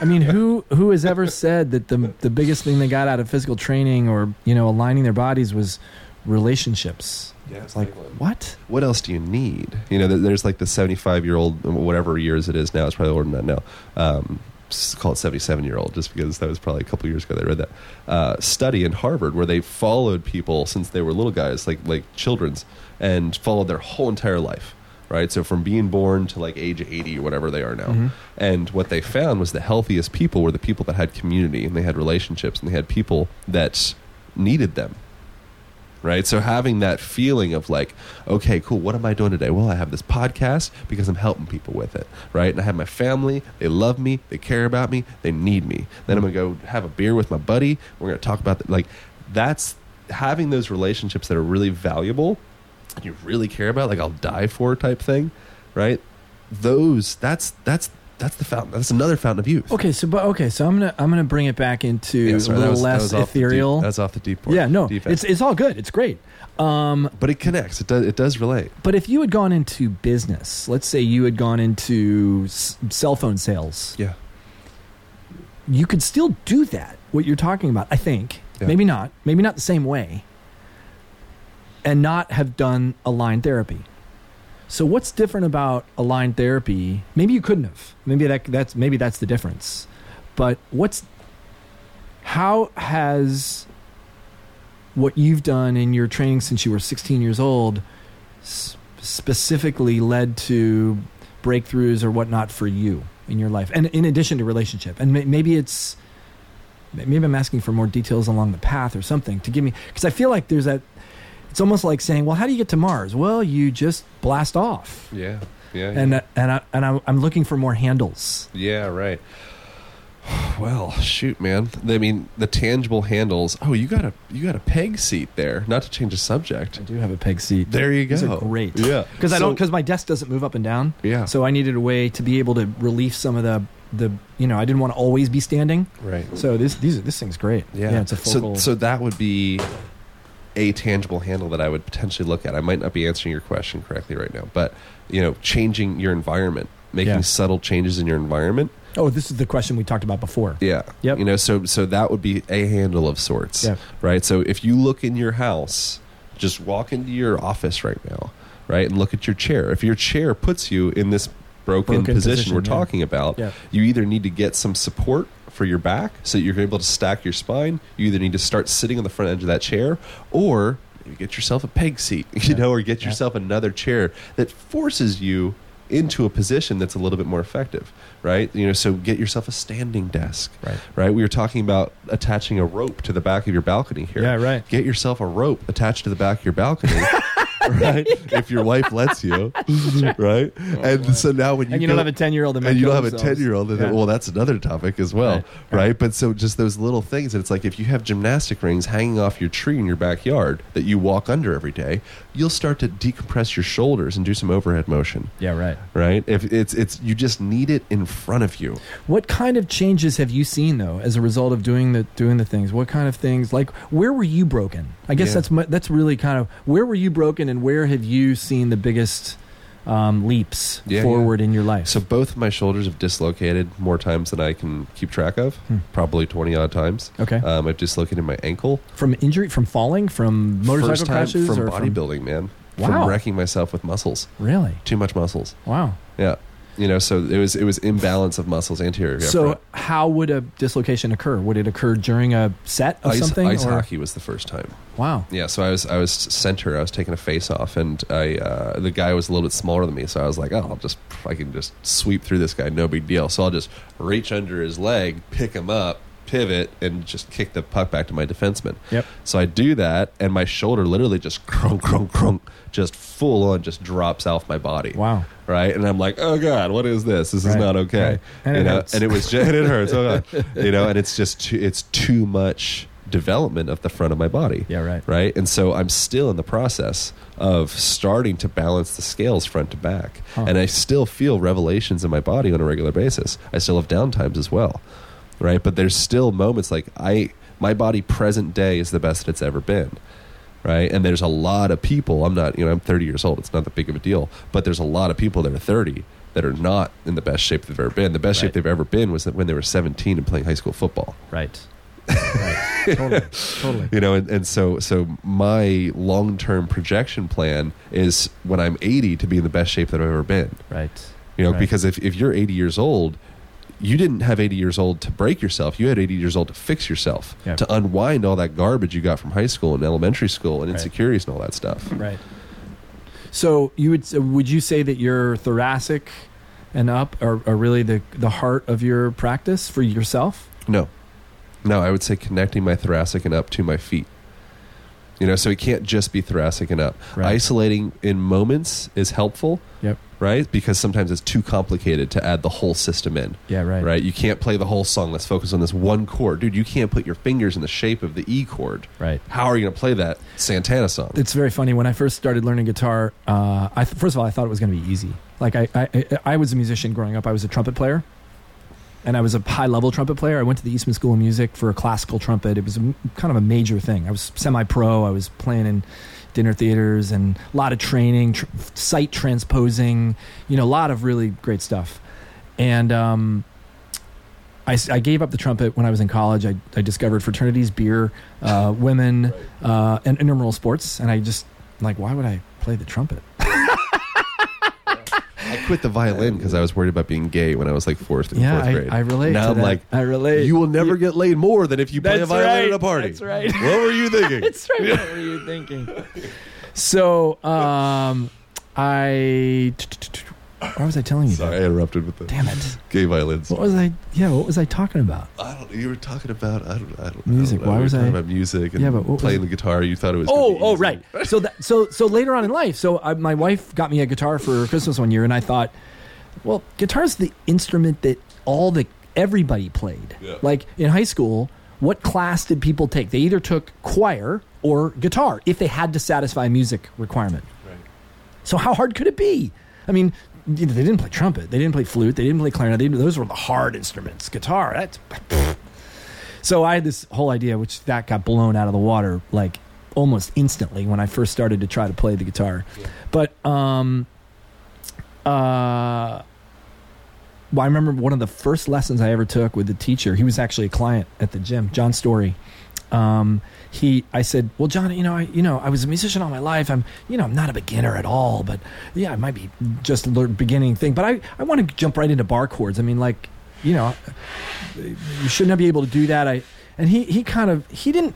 Speaker 1: I mean, who who has ever said that the the biggest thing they got out of physical training or you know aligning their bodies was relationships?
Speaker 2: Yeah,
Speaker 1: It's like what?
Speaker 2: what else do you need? You know, there- there's like the 75 year old, whatever years it is now. It's probably older than that now. Um, s- call it 77 year old, just because that was probably a couple years ago. They read that uh, study in Harvard where they followed people since they were little guys, like like childrens, and followed their whole entire life. Right, so from being born to like age 80 or whatever they are now, and what they found was the healthiest people were the people that had community and they had relationships and they had people that needed them right? So having that feeling of like, okay, cool, what am I doing today? Well, I have this podcast because I'm helping people with it, right? And I have my family, they love me, they care about me, they need me. Then I'm gonna go have a beer with my buddy. We're gonna talk about the, like that's having those relationships that are really valuable, and you really care about, like I'll die for type thing, right? Those that's that's that's the fountain. That's another fountain of youth.
Speaker 1: Okay, so but okay, so I'm gonna I'm gonna bring it back into
Speaker 2: Yeah,
Speaker 1: a
Speaker 2: sorry,
Speaker 1: little
Speaker 2: that was- that
Speaker 1: less
Speaker 2: was off the deep-
Speaker 1: ethereal.
Speaker 2: That's off the deep part.
Speaker 1: yeah, no,
Speaker 2: deep end.
Speaker 1: it's it's all good. It's great. Um,
Speaker 2: but it connects. It does. It does relate.
Speaker 1: but if you had gone into business, let's say you had gone into s- cell phone sales,
Speaker 2: Yeah.
Speaker 1: you could still do that what you're talking about i think
Speaker 2: Yeah.
Speaker 1: maybe not maybe not the same way and not have done aligned therapy so what's different about aligned therapy maybe you couldn't have maybe that that's maybe that's the difference but what's how has what you've done in your training since you were 16 years old s- specifically led to breakthroughs or whatnot for you in your life and in addition to relationship and may- maybe it's maybe i'm asking for more details along the path or something to give me because i feel like there's that It's almost like saying, "Well, how do you get to Mars?" Well, you just blast off.
Speaker 2: Yeah. Yeah. yeah.
Speaker 1: And and I, and I'm- I'm looking for more handles.
Speaker 2: Yeah, right. Well, shoot, man. I mean, the tangible handles. Oh, you got a you got a peg seat there. Not to change the subject.
Speaker 1: I do have a peg seat.
Speaker 2: There you go.
Speaker 1: These are great.
Speaker 2: Yeah,
Speaker 1: Because I
Speaker 2: So- Oh.
Speaker 1: don't because my desk doesn't move up and down.
Speaker 2: Yeah.
Speaker 1: So I needed a way to be able to relieve some of the the you know I didn't want to always be standing.
Speaker 2: right.
Speaker 1: So this these this thing's great.
Speaker 2: Yeah.
Speaker 1: it's a
Speaker 2: So
Speaker 1: focal.
Speaker 2: so that would be a tangible handle that I would potentially look at. I might not be answering your question correctly right now, but you know, changing your environment, making
Speaker 1: Yeah.
Speaker 2: subtle changes in your environment.
Speaker 1: oh, this is the question we talked about before.
Speaker 2: Yeah.
Speaker 1: Yep.
Speaker 2: You know, so so that would be a handle of sorts.
Speaker 1: Yeah.
Speaker 2: Right. So if you look in your house, just walk into your office right now, right, and look at your chair. If your chair puts you in this broken,
Speaker 1: Broken
Speaker 2: position,
Speaker 1: position,
Speaker 2: we're
Speaker 1: yeah.
Speaker 2: talking about,
Speaker 1: Yeah.
Speaker 2: you either need to get some support for your back so that you're able to stack your spine. You either need to start sitting on the front edge of that chair or maybe get yourself a peg seat, you
Speaker 1: Yeah.
Speaker 2: know, or get
Speaker 1: Yeah.
Speaker 2: yourself another chair that forces you into a position that's a little bit more effective, right? You know, so get yourself a standing desk,
Speaker 1: Right.
Speaker 2: right? We were talking about attaching a rope to the back of your balcony here.
Speaker 3: Yeah, right.
Speaker 2: Get yourself a rope attached to the back of your balcony. right if your wife lets you right and so now when you,
Speaker 1: And you don't
Speaker 2: go-
Speaker 1: have a ten year old in my
Speaker 2: and you don't have a 10 year old
Speaker 1: Yeah.
Speaker 2: well that's another topic as well
Speaker 1: Right,
Speaker 2: right,
Speaker 1: right.
Speaker 2: but so just those little things and it's like if you have gymnastic rings hanging off your tree in your backyard that you walk under every day you'll start to decompress your shoulders and do some overhead motion
Speaker 3: Yeah, right.
Speaker 2: right if it's it's you just need it in front of you
Speaker 1: What kind of changes have you seen though as a result of doing the doing the things? What kind of things? Like where were you broken? I guess
Speaker 2: Yeah.
Speaker 1: that's mu- that's really kind of where were you broken and where have you seen the biggest um, leaps
Speaker 2: Yeah,
Speaker 1: forward in your life?
Speaker 2: so both of my shoulders have dislocated more times than i can keep track of
Speaker 1: Hmm.
Speaker 2: probably 20 odd times
Speaker 1: okay,
Speaker 2: um, i've dislocated my ankle
Speaker 1: from injury, from falling, from motorcycle
Speaker 2: First time
Speaker 1: crashes,
Speaker 2: from
Speaker 1: or
Speaker 2: bodybuilding man
Speaker 1: Wow.
Speaker 2: from wrecking myself with muscles
Speaker 1: Really?
Speaker 2: too much muscles
Speaker 1: Wow.
Speaker 2: Yeah. You know, so it was it was imbalance of muscles anterior.
Speaker 1: so
Speaker 2: front.
Speaker 1: how would a dislocation occur? Would it occur during a set of
Speaker 2: ice,
Speaker 1: something?
Speaker 2: ice
Speaker 1: or-
Speaker 2: hockey was the first time.
Speaker 1: Wow.
Speaker 2: Yeah, so I was I was center. I was taking a face off, and I uh, the guy was a little bit smaller than me, so I was like, oh, I'll just I can just sweep through this guy, no big deal. So I'll just reach under his leg, pick him up, pivot, and just kick the puck back to my defenseman.
Speaker 3: Yep.
Speaker 2: So I do that, and my shoulder literally just crunk crunk crunk, just full on, just drops off my body.
Speaker 1: Wow.
Speaker 2: right? And I'm like, oh god, what is this? This is
Speaker 1: Right,
Speaker 2: not okay.
Speaker 1: right. And it
Speaker 2: you know,
Speaker 1: hurts.
Speaker 2: and it was just, and it hurts. Oh god, you know, and it's just too, it's too much development of the front of my body,
Speaker 3: Yeah, right.
Speaker 2: right? And so I'm still in the process of starting to balance the scales front to back,
Speaker 1: Huh.
Speaker 2: and I still feel revelations in my body on a regular basis. I still have downtimes as well, right? But there's still moments like I my body present day is the best that it's ever been right? And there's a lot of people. I'm not, you know, I'm 30 years old. It's not that big of a deal, but there's a lot of people that are 30 that are not in the best shape they've ever been. The best shape
Speaker 3: Right.
Speaker 2: they've ever been was when they were 17 and playing high school football.
Speaker 3: Right.
Speaker 1: totally. Totally.
Speaker 2: You know, and, and so so my long term projection plan is when I'm 80 to be in the best shape that I've ever been.
Speaker 3: Right.
Speaker 2: You know,
Speaker 3: Right.
Speaker 2: because if if you're 80 years old. You didn't have 80 years old to break yourself. You had 80 years old to fix yourself,
Speaker 3: Yeah.
Speaker 2: to unwind all that garbage you got from high school and elementary school and
Speaker 3: Right.
Speaker 2: insecurities and all that stuff.
Speaker 3: Right.
Speaker 1: So you would so would you say that your thoracic and up are, are really the the heart of your practice for yourself?
Speaker 2: No. No, I would say connecting my thoracic and up to my feet. You know, so it can't just be thoracic and up.
Speaker 3: Right.
Speaker 2: Isolating in moments is helpful.
Speaker 1: Yep.
Speaker 2: Right? Because sometimes it's too complicated to add the whole system in.
Speaker 3: Yeah, right.
Speaker 2: Right. You can't play the whole song. Let's focus on this one chord. Dude, you can't put your fingers in the shape of the E chord.
Speaker 3: Right.
Speaker 2: How are you going to play that Santana song?
Speaker 1: It's very funny. When I first started learning guitar, uh, I th- first of all I thought it was going to be easy. Like I, I I- I was a musician growing up. I was a trumpet player, and I was a high level trumpet player. I went to the Eastman School of Music for a classical trumpet. It was a m kind of a major thing. I was semi pro. I was playing in dinner theaters and a lot of training, tr- sight transposing. You know, a lot of really great stuff. And um, I, s- I gave up the trumpet when I was in college. I, I discovered fraternities, beer, uh, women, uh, and intramural sports. And I just like, why would I play the trumpet?
Speaker 2: I quit the violin because I was worried about being gay when I was like fourth and
Speaker 1: Yeah,
Speaker 2: fourth grade.
Speaker 1: I, I relate.
Speaker 2: Now
Speaker 1: to
Speaker 2: I'm
Speaker 1: that.
Speaker 2: like,
Speaker 1: I relate.
Speaker 2: you will never get laid more than if you play a
Speaker 1: That's
Speaker 2: violin
Speaker 1: right.
Speaker 2: at a party.
Speaker 1: That's right.
Speaker 2: What were you thinking?
Speaker 1: That's right. What were you thinking? So, um, I Why was I telling you
Speaker 2: Sorry, I interrupted with the
Speaker 1: that? Damn it.
Speaker 2: gay violins.
Speaker 1: What was I? Yeah, what was I talking about?
Speaker 2: I don't. You were talking about I don't. I don't
Speaker 1: Music.
Speaker 2: I don't know.
Speaker 1: Why
Speaker 2: We were
Speaker 1: was
Speaker 2: talking
Speaker 1: I-
Speaker 2: about music? And
Speaker 1: Yeah, but what was
Speaker 2: playing
Speaker 1: it?
Speaker 2: the guitar. You thought it was.
Speaker 1: Oh,
Speaker 2: gonna be
Speaker 1: oh,
Speaker 2: easy.
Speaker 1: right. So that, so so later on in life, so I, my wife got me a guitar for Christmas one year, and I thought, well, guitar's the instrument that all the everybody played.
Speaker 2: Yeah.
Speaker 1: Like in high school, what class did people take? They either took choir or guitar if they had to satisfy a music requirement.
Speaker 2: Right.
Speaker 1: So how hard could it be? I mean, you know, they didn't play trumpet, they didn't play flute, they didn't play clarinet. They, those were the hard instruments. Guitar, that's. So I had this whole idea, which that got blown out of the water like almost instantly when I first started to try to play the guitar.
Speaker 2: Yeah.
Speaker 1: But um, uh, well, I remember one of the first lessons I ever took with the teacher. He was actually a client at the gym, John Story. Um, he, I said, well, John, you know, I, you know, I was a musician all my life. I'm, you know, I'm not a beginner at all, but yeah, I might be just lear- beginning thing. But I, I want to jump right into bar chords. I mean, like, you know, you shouldn't be able to do that. I and he he kind of he didn't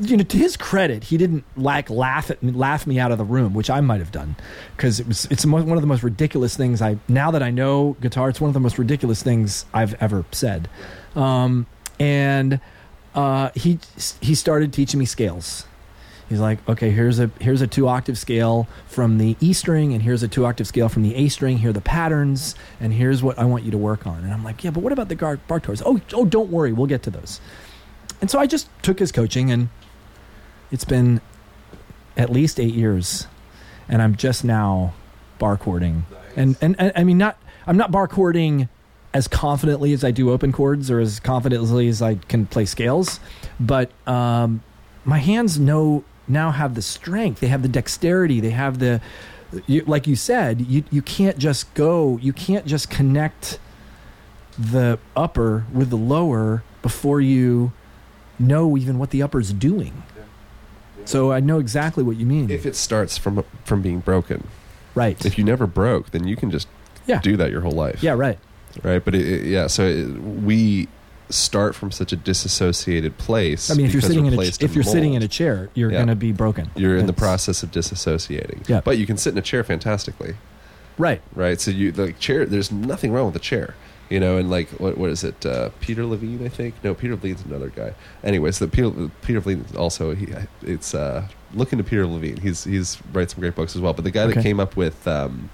Speaker 1: you know to his credit he didn't like laugh at me, laugh me out of the room which I might have done because it was it's mo- one of the most ridiculous things I now that I know guitar it's one of the most ridiculous things I've ever said, um, and uh, he he started teaching me scales. He's like, okay, here's a here's a two octave scale from the E string, and here's a two octave scale from the A string. Here are the patterns, and here's what I want you to work on. And I'm like, yeah, but what about the gar- bar chords? Oh, oh, don't worry, we'll get to those. And so I just took his coaching, and it's been at least eight years, and I'm just now bar chording, and, and and I mean not I'm not bar chording as confidently as I do open chords or as confidently as I can play scales, but um, my hands know now have the strength they have the dexterity they have the you, like you said you, you can't just go you can't just connect the upper with the lower before you know even what the upper's doing so i know exactly what you mean
Speaker 2: If it starts from from being broken,
Speaker 1: right
Speaker 2: if you never broke, then you can just
Speaker 1: Yeah.
Speaker 2: do that your whole life.
Speaker 1: yeah right
Speaker 2: Right. But it, it- yeah. So it, we start from such a disassociated place.
Speaker 1: i mean if you're
Speaker 2: because
Speaker 1: sitting
Speaker 2: we're
Speaker 1: in a,
Speaker 2: placed
Speaker 1: if you're sitting in
Speaker 2: mold.
Speaker 1: a chair you're
Speaker 2: Yeah.
Speaker 1: going to be broken
Speaker 2: you're in the
Speaker 1: That's-
Speaker 2: process of disassociating.
Speaker 1: Yeah.
Speaker 2: But you can sit in a chair fantastically.
Speaker 1: right
Speaker 2: right? So you like chair. There's nothing wrong with the chair, you know. And like what what is it? Uh, Peter Levine, I think. No, Peter Levine's another guy. Anyways, the Peter Peter Levine is also he. It's uh, look into Peter Levine. He's he's writes some great books as well. But the guy
Speaker 1: Okay.
Speaker 2: that came up with um,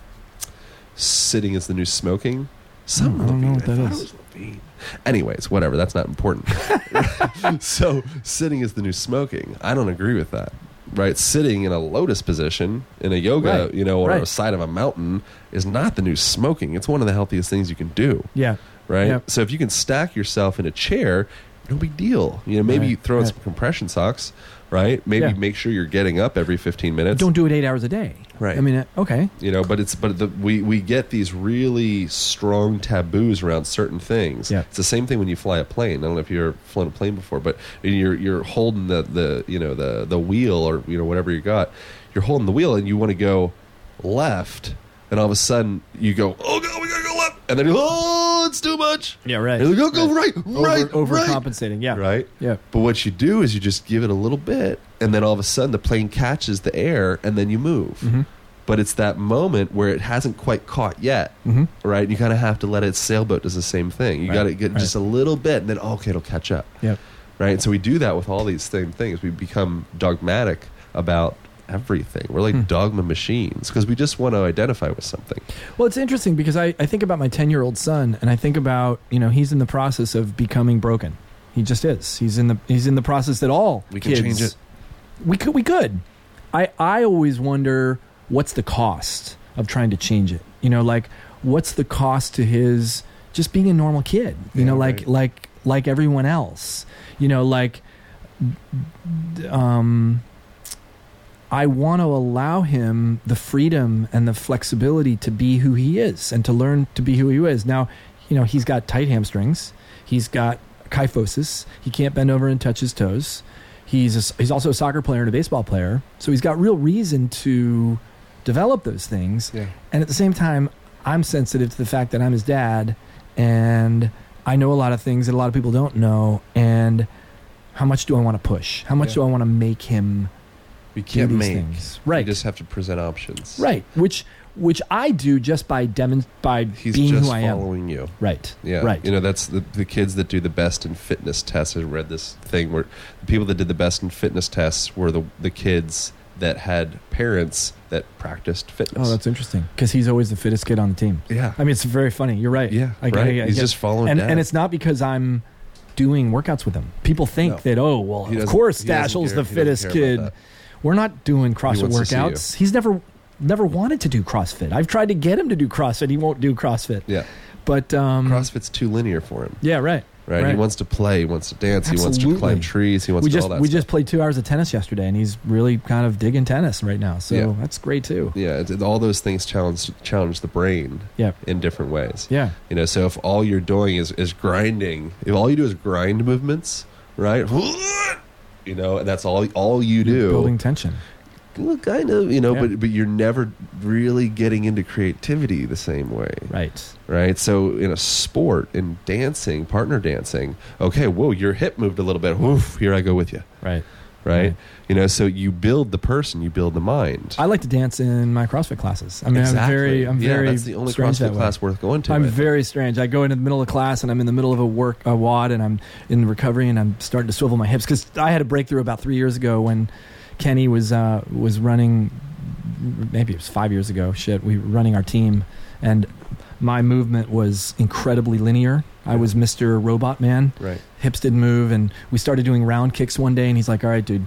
Speaker 2: sitting is the new smoking. Some
Speaker 1: I don't know
Speaker 2: Levine.
Speaker 1: what that
Speaker 2: thought it
Speaker 1: is.
Speaker 2: was Levine. Anyways, whatever. That's not important. so sitting is the new smoking. I don't agree with that. Right, sitting in a lotus position in a yoga,
Speaker 1: Right.
Speaker 2: you know, or a
Speaker 1: Right.
Speaker 2: side of a mountain is not the new smoking. It's one of the healthiest things you can do,
Speaker 1: yeah
Speaker 2: right?
Speaker 1: Yep.
Speaker 2: So if you can stack yourself in a chair, no big deal. You know, maybe
Speaker 1: Right,
Speaker 2: you throw in
Speaker 1: right.
Speaker 2: some compression socks, right? Maybe
Speaker 1: Yeah.
Speaker 2: make sure you're getting up every 15 minutes.
Speaker 1: don't do it eight hours a day
Speaker 2: Right.
Speaker 1: i mean uh, okay
Speaker 2: you know, but it's but the, we we get these really strong taboos around certain things.
Speaker 1: Yeah.
Speaker 2: It's the same thing when you fly a plane. I don't know if you've ever flown a plane before, but you're you're holding the the you know the the wheel or you know whatever you got. You're holding the wheel and you want to go left, and all of a sudden you go, oh god, we gotta go left, and then you're, oh it's too much.
Speaker 3: Yeah, right.
Speaker 2: And you go go right, right,
Speaker 1: over
Speaker 2: right,
Speaker 1: overcompensating yeah
Speaker 2: right.
Speaker 1: yeah
Speaker 2: But what you do is you just give it a little bit, and then all of a sudden the plane catches the air, and then you move.
Speaker 1: Mm-hmm.
Speaker 2: But it's that moment where it hasn't quite caught yet,
Speaker 1: Mhm.
Speaker 2: right? And you kind of have to let it. Sailboat does the same thing. You
Speaker 3: Right,
Speaker 2: got to get just a little bit, and then oh, okay, it'll catch up,
Speaker 1: yeah
Speaker 2: right? And so we do that with all these same things. We become dogmatic about everything. We're like
Speaker 1: Hmm.
Speaker 2: dogma machines because we just want to identify with something.
Speaker 1: Well, it's interesting because I, I think about my 10 year old son and I think about, you know, he's in the process of becoming broken. He just is. He's in the he's in the process that all
Speaker 2: We can
Speaker 1: kids-
Speaker 2: change it.
Speaker 1: We could we could. I I always wonder what's the cost of trying to change it. You know, like what's the cost to his just being a normal kid? You
Speaker 2: Yeah,
Speaker 1: know, like
Speaker 2: right.
Speaker 1: like like everyone else. You know, like d- um I want to allow him the freedom and the flexibility to be who he is and to learn to be who he is. Now, you know, he's got tight hamstrings. He's got kyphosis. He can't bend over and touch his toes. He's a, he's also a soccer player and a baseball player. So he's got real reason to develop those things.
Speaker 2: Yeah.
Speaker 1: And at the same time, I'm sensitive to the fact that I'm his dad and I know a lot of things that a lot of people don't know and how much do I want to push? How much
Speaker 2: Yeah.
Speaker 1: do I want to make him
Speaker 2: You
Speaker 1: do
Speaker 2: can't
Speaker 1: these
Speaker 2: make.
Speaker 1: things.
Speaker 2: You
Speaker 1: Right.
Speaker 2: just have to present options.
Speaker 1: Right. Which which I do just by demon by
Speaker 2: He's
Speaker 1: being
Speaker 2: just
Speaker 1: who I am.
Speaker 2: following you.
Speaker 1: Right.
Speaker 2: Yeah.
Speaker 1: Right.
Speaker 2: You know, that's the, the kids that do the best in fitness tests. I read this thing where the people that did the best in fitness tests were the, the kids that had parents that practiced fitness.
Speaker 1: Oh, that's interesting. Because he's always the fittest kid on the team.
Speaker 2: yeah.
Speaker 1: I mean, it's very funny. You're right.
Speaker 2: yeah.
Speaker 1: I,
Speaker 2: right.
Speaker 1: I- I
Speaker 2: He's
Speaker 1: get-
Speaker 2: just following
Speaker 1: and
Speaker 2: dad.
Speaker 1: and it's not because I'm doing workouts with him. People think
Speaker 2: No.
Speaker 1: that oh well,
Speaker 2: He
Speaker 1: of
Speaker 2: doesn't-
Speaker 1: course
Speaker 2: he doesn't
Speaker 1: Dashel's
Speaker 2: care-
Speaker 1: the
Speaker 2: he doesn't
Speaker 1: fittest
Speaker 2: care about
Speaker 1: kid.
Speaker 2: that.
Speaker 1: We're not doing CrossFit
Speaker 2: wants to see you.
Speaker 1: workouts. He's never never wanted to do CrossFit. I've tried to get him to do CrossFit. He won't do CrossFit.
Speaker 2: Yeah.
Speaker 1: But um,
Speaker 2: CrossFit's too linear for him.
Speaker 1: yeah, right.
Speaker 2: Right? He
Speaker 1: Right.
Speaker 2: wants to play. He wants to dance. He wants to
Speaker 1: Absolutely.
Speaker 2: climb trees. He wants
Speaker 1: we
Speaker 2: to do
Speaker 1: just
Speaker 2: all that
Speaker 1: we
Speaker 2: stuff.
Speaker 1: just played two hours of tennis yesterday, and he's really kind of digging tennis right now. So
Speaker 2: Yeah.
Speaker 1: that's great too.
Speaker 2: yeah. It's, it- all those things challenge challenge the brain
Speaker 1: Yeah,
Speaker 2: in different ways.
Speaker 1: yeah,
Speaker 2: You know, so if all you're doing is, is grinding, if all you do is grind movements, right? You know, and that's all all you do.
Speaker 1: building tension.
Speaker 2: Well, kind of, you know,
Speaker 1: Yeah.
Speaker 2: but but you're never really getting into creativity the same way,
Speaker 1: Right.
Speaker 2: right? So in a sport, in dancing, partner dancing, okay, whoa, your hip moved a little bit. Woof, here I go with you,
Speaker 1: Right.
Speaker 2: right?
Speaker 1: Mhm.
Speaker 2: You know, so you build the person, you build the mind.
Speaker 1: I like to dance in my CrossFit classes. I mean, I'm very, I'm
Speaker 2: yeah,
Speaker 1: very.
Speaker 2: That's the only
Speaker 1: strange that
Speaker 2: CrossFit
Speaker 1: way.
Speaker 2: class worth going to.
Speaker 1: I'm
Speaker 2: I think.
Speaker 1: very strange. I go into the middle of class and I'm in the middle of a work a wad and I'm in recovery and I'm starting to swivel my hips because I had a breakthrough about three years ago when Kenny was uh, was running. Maybe it was five years ago. Shit, we were running our team and my movement was incredibly linear. I was Mr. Robot Man
Speaker 2: right.
Speaker 1: hips didn't move and we started doing round kicks one day and he's like all right dude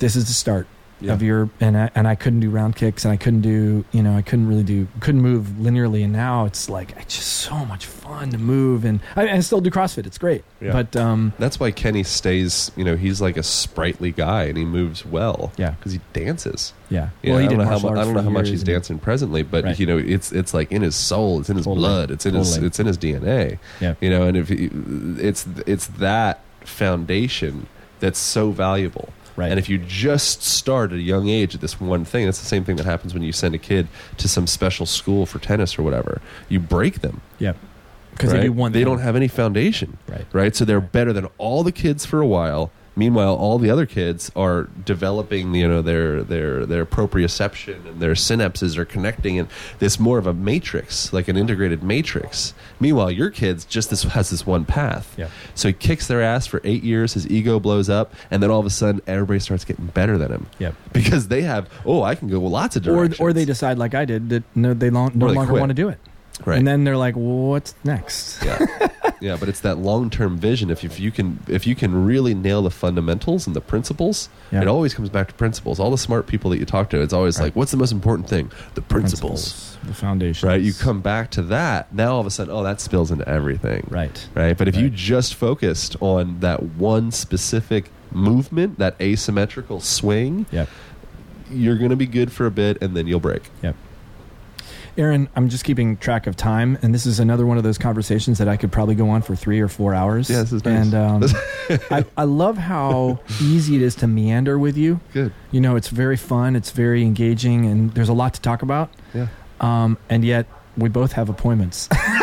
Speaker 1: this is the start
Speaker 2: Yeah.
Speaker 1: of your and I, and I couldn't do round kicks and I couldn't do you know I couldn't really do couldn't move linearly and now it's like it's just so much fun to move and I, I still do CrossFit it's great
Speaker 2: Yeah.
Speaker 1: but um
Speaker 2: That's why Kenny stays. You know, he's like a sprightly guy, and he moves well.
Speaker 1: Yeah.
Speaker 2: because he dances.
Speaker 1: yeah
Speaker 2: Yeah, I don't know how
Speaker 1: martial
Speaker 2: much, I
Speaker 1: arts
Speaker 2: don't know
Speaker 1: for
Speaker 2: how much
Speaker 1: years
Speaker 2: he's
Speaker 1: and-
Speaker 2: dancing presently, but
Speaker 3: Right.
Speaker 2: you know, it's it's like in his soul, it's in his
Speaker 3: Totally.
Speaker 2: blood, it's in his
Speaker 3: Totally.
Speaker 2: it's in his DNA.
Speaker 3: Yeah.
Speaker 2: You know, and if he, it's it's that foundation that's so valuable.
Speaker 3: Right.
Speaker 2: And if you just start at a young age at this one thing, that's the same thing that happens when you send a kid to some special school for tennis or whatever. You break them
Speaker 1: because
Speaker 2: right?
Speaker 1: they do one
Speaker 2: They
Speaker 1: thing.
Speaker 2: don't have any foundation,
Speaker 3: Right.
Speaker 2: Right. So they're
Speaker 1: Right.
Speaker 2: better than all the kids for a while. Meanwhile, all the other kids are developing, you know, their their their proprioception and their synapses are connecting, and this more of a matrix, like an integrated matrix. Meanwhile, your kids just this has this one path.
Speaker 3: Yeah.
Speaker 2: So he kicks their ass for eight years. His ego blows up, and then all of a sudden, everybody starts getting better than him
Speaker 3: Yep.
Speaker 2: because they have oh, I can go lots of
Speaker 1: or
Speaker 2: directions,
Speaker 1: or they decide like I did that no they long, no
Speaker 2: Or they
Speaker 1: longer
Speaker 2: quit.
Speaker 1: want to do it
Speaker 2: right.
Speaker 1: and then they're like what's next
Speaker 2: yeah yeah but it's that long-term vision if, if you can if you can really nail the fundamentals and the principles
Speaker 1: Yeah.
Speaker 2: it always comes back to principles all the smart people that you talk to it's always
Speaker 1: Right.
Speaker 2: like what's the most important thing the principles,
Speaker 1: the foundation
Speaker 2: right you come back to that now all of a sudden oh that spills into everything
Speaker 3: Right.
Speaker 2: right but if you
Speaker 3: Right.
Speaker 2: just focused on that one specific movement that asymmetrical swing
Speaker 3: Yep.
Speaker 2: you're going to be good for a bit and then you'll break
Speaker 1: Aaron, I'm just keeping track of time, and this is another one of those conversations that I could probably go on for three or four hours.
Speaker 2: Yeah, this is nice.
Speaker 1: And um, I, I love how easy it is to meander with you.
Speaker 2: good
Speaker 1: You know, it's very fun, it's very engaging, and there's a lot to talk about.
Speaker 2: yeah
Speaker 1: Um, and yet, we both have appointments.
Speaker 2: I,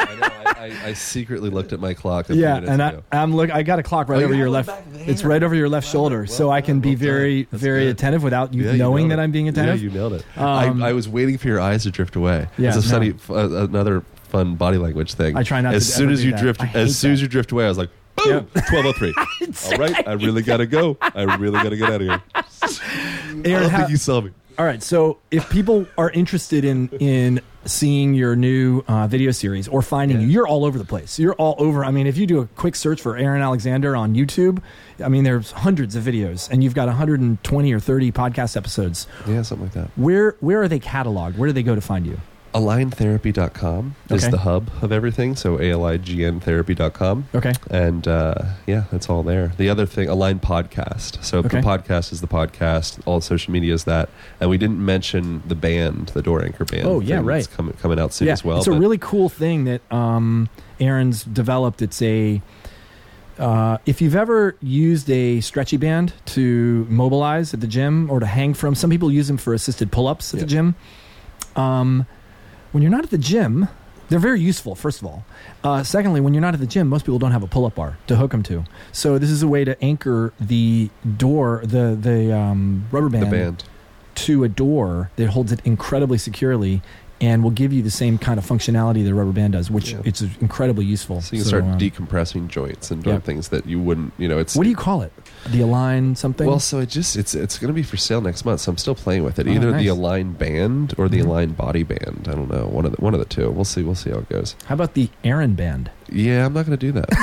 Speaker 2: know, I, I, I secretly looked at my clock a few
Speaker 1: yeah,
Speaker 2: minutes
Speaker 1: and I,
Speaker 2: ago.
Speaker 1: I'm look. I got a clock right
Speaker 2: Oh,
Speaker 1: over
Speaker 2: you
Speaker 1: your
Speaker 2: have one
Speaker 1: left.
Speaker 2: back there.
Speaker 1: It's right over your left
Speaker 2: Wow,
Speaker 1: shoulder,
Speaker 2: well
Speaker 1: so I can
Speaker 2: done,
Speaker 1: be
Speaker 2: well done.
Speaker 1: very,
Speaker 2: That's
Speaker 1: very
Speaker 2: good.
Speaker 1: attentive without you
Speaker 2: Yeah, you
Speaker 1: knowing
Speaker 2: nailed
Speaker 1: that
Speaker 2: it.
Speaker 1: I'm being attentive.
Speaker 2: Yeah, you nailed it.
Speaker 1: Um,
Speaker 2: I, I was waiting for your eyes to drift away.
Speaker 1: Yeah,
Speaker 2: it's a
Speaker 1: no.
Speaker 2: funny, f- uh, another fun body language thing.
Speaker 1: I try not
Speaker 2: as
Speaker 1: to
Speaker 2: soon
Speaker 1: ever
Speaker 2: as
Speaker 1: do
Speaker 2: you
Speaker 1: that.
Speaker 2: drift,
Speaker 1: I hate
Speaker 2: as soon as you drift away, I was like, boom, twelve oh three. All right, I really gotta go. I really gotta get out of here. I
Speaker 1: Aaron,
Speaker 2: don't
Speaker 1: how-
Speaker 2: think you saw me.
Speaker 1: All right. So if people are interested in in seeing your new uh, video series or finding you, you're all over the place. You're all over. I mean, if you do a quick search for Aaron Alexander on YouTube, I mean, there's hundreds of videos, and you've got 120 or 30 podcast episodes.
Speaker 2: Yeah, something like that.
Speaker 1: Where where are they cataloged? Where do they go to find you?
Speaker 2: AlignTherapy.com is
Speaker 1: Okay.
Speaker 2: the hub of everything. So A L I G N therapy.com.
Speaker 1: Okay.
Speaker 2: And uh, yeah, that's all there. The other thing, Align Podcast. So
Speaker 1: Okay.
Speaker 2: the podcast is the podcast. All social media is that. And we didn't mention the band, the Door Anchor Band.
Speaker 1: Oh, yeah,
Speaker 2: thing that's
Speaker 1: right.
Speaker 2: coming, coming out soon
Speaker 1: yeah,
Speaker 2: as well.
Speaker 1: it's a
Speaker 2: but-
Speaker 1: really cool thing that um, Aaron's developed. It's a uh, if you've ever used a stretchy band to mobilize at the gym or to hang from, some people use them for assisted pull-ups at
Speaker 2: Yeah.
Speaker 1: the gym. Um, when you're not at the gym, They're very useful, first of all. Uh, secondly, when you're not at the gym, most people don't have a pull-up bar to hook them to. So this is a way to anchor the door, the the um, rubber
Speaker 2: the
Speaker 1: band,
Speaker 2: band.
Speaker 1: to a door that holds it incredibly securely, and will give you the same kind of functionality the rubber band does, which
Speaker 2: Yeah.
Speaker 1: it's incredibly useful.
Speaker 2: So you can start
Speaker 1: um,
Speaker 2: decompressing joints and doing
Speaker 1: yeah.
Speaker 2: things that you wouldn't. You know, it's
Speaker 1: What do you call it? The align something?
Speaker 2: Well, so it just it's it's going to be for sale next month. So I'm still playing with it.
Speaker 1: Oh,
Speaker 2: Either
Speaker 1: nice.
Speaker 2: the Align Band or the
Speaker 1: Mhm.
Speaker 2: Align Body Band. I don't know. One of the one of the two. We'll see. We'll see how it goes.
Speaker 1: How about the Aaron band?
Speaker 2: Yeah, I'm not going to do that.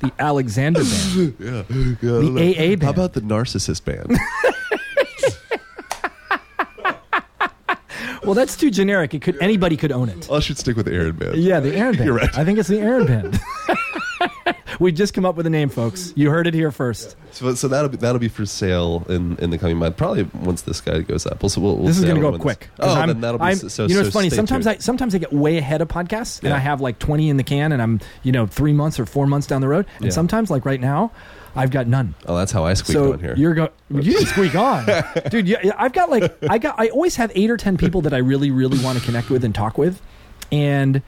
Speaker 1: The Alexander band?
Speaker 2: yeah.
Speaker 1: The AA band?
Speaker 2: How about the Narcissist Band?
Speaker 1: well, that's too generic. It could anybody could own it.
Speaker 2: I should stick with the Aaron Band.
Speaker 1: Yeah, the Aaron Band.
Speaker 2: You're right.
Speaker 1: I think it's the Aaron Band. we just come up with a name, folks. You heard it here first.
Speaker 2: So, so that'll be that'll be for sale in, in the coming month. Probably once this guy goes up. We'll, so we'll, we'll
Speaker 1: this is
Speaker 2: see
Speaker 1: going to
Speaker 2: how
Speaker 1: go
Speaker 2: it
Speaker 1: up
Speaker 2: wins.
Speaker 1: quick. 'Cause
Speaker 2: Oh,
Speaker 1: I'm-
Speaker 2: then that'll be
Speaker 1: I'm-
Speaker 2: so. so-
Speaker 1: you know, it's
Speaker 2: so
Speaker 1: funny.
Speaker 2: stay
Speaker 1: Sometimes
Speaker 2: tuned.
Speaker 1: I sometimes I get way ahead of podcasts, and
Speaker 2: Yeah.
Speaker 1: I have like twenty in the can, and I'm you know three months or four months down the road. And
Speaker 2: Yeah.
Speaker 1: sometimes, like right now, I've got none.
Speaker 2: Oh, that's how I squeak
Speaker 1: so
Speaker 2: on here.
Speaker 1: you're going. You didn't squeak on, dude. You, I've got like I got. I always have eight or ten people that I really, really want to connect with and talk with, and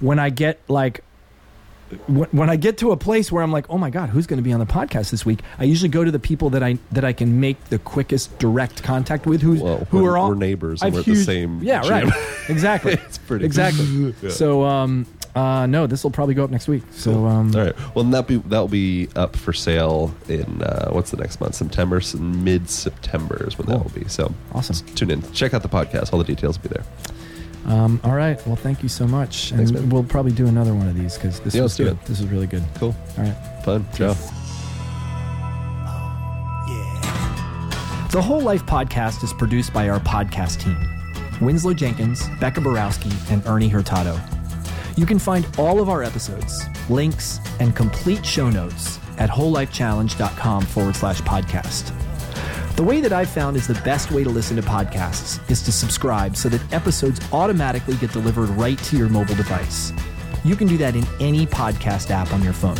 Speaker 1: when I get like. When when I get to a place where I'm like, oh my god, who's going to be on the podcast this week? I usually go to the people that I that I can make the quickest direct contact with, who
Speaker 2: well,
Speaker 1: who
Speaker 2: we're,
Speaker 1: are all
Speaker 2: we're neighbors and
Speaker 1: I've
Speaker 2: we're at the
Speaker 1: huge-
Speaker 2: same.
Speaker 1: Yeah,
Speaker 2: gym.
Speaker 1: right. Exactly.
Speaker 2: it's pretty
Speaker 1: Exactly.
Speaker 2: Yeah.
Speaker 1: So, um, uh, no, this will probably go up next week. So, um,
Speaker 2: All right. Well, that be that'll be up for sale in uh, what's the next month? September, mid September is when that
Speaker 1: Cool.
Speaker 2: will be. So
Speaker 1: awesome.
Speaker 2: tune in, check out the podcast. All the details will be there.
Speaker 1: Um, all right. Well, thank you so much. And
Speaker 2: Thanks, man.
Speaker 1: we'll probably do another one of these because this
Speaker 2: Yeah,
Speaker 1: was
Speaker 2: let's do
Speaker 1: good.
Speaker 2: it.
Speaker 1: This is really good.
Speaker 2: Cool,
Speaker 1: All right.
Speaker 2: fun, Joe.
Speaker 1: The Whole Life Podcast is produced by our podcast team Winslow Jenkins, Becca Borowski, and Ernie Hurtado. You can find all of our episodes, links, and complete show notes at wholelifechallenge.com forward slash podcast. The way that I've found is the best way to listen to podcasts is to subscribe so that episodes automatically get delivered right to your mobile device. You can do that in any podcast app on your phone.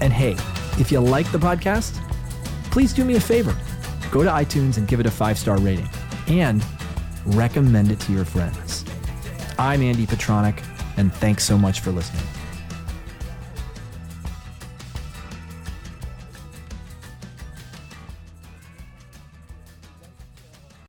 Speaker 1: And hey, if you like the podcast, please do me a favor. Go to iTunes and give it a five star rating and recommend it to your friends. I'm Andy Petronic, and thanks so much for listening.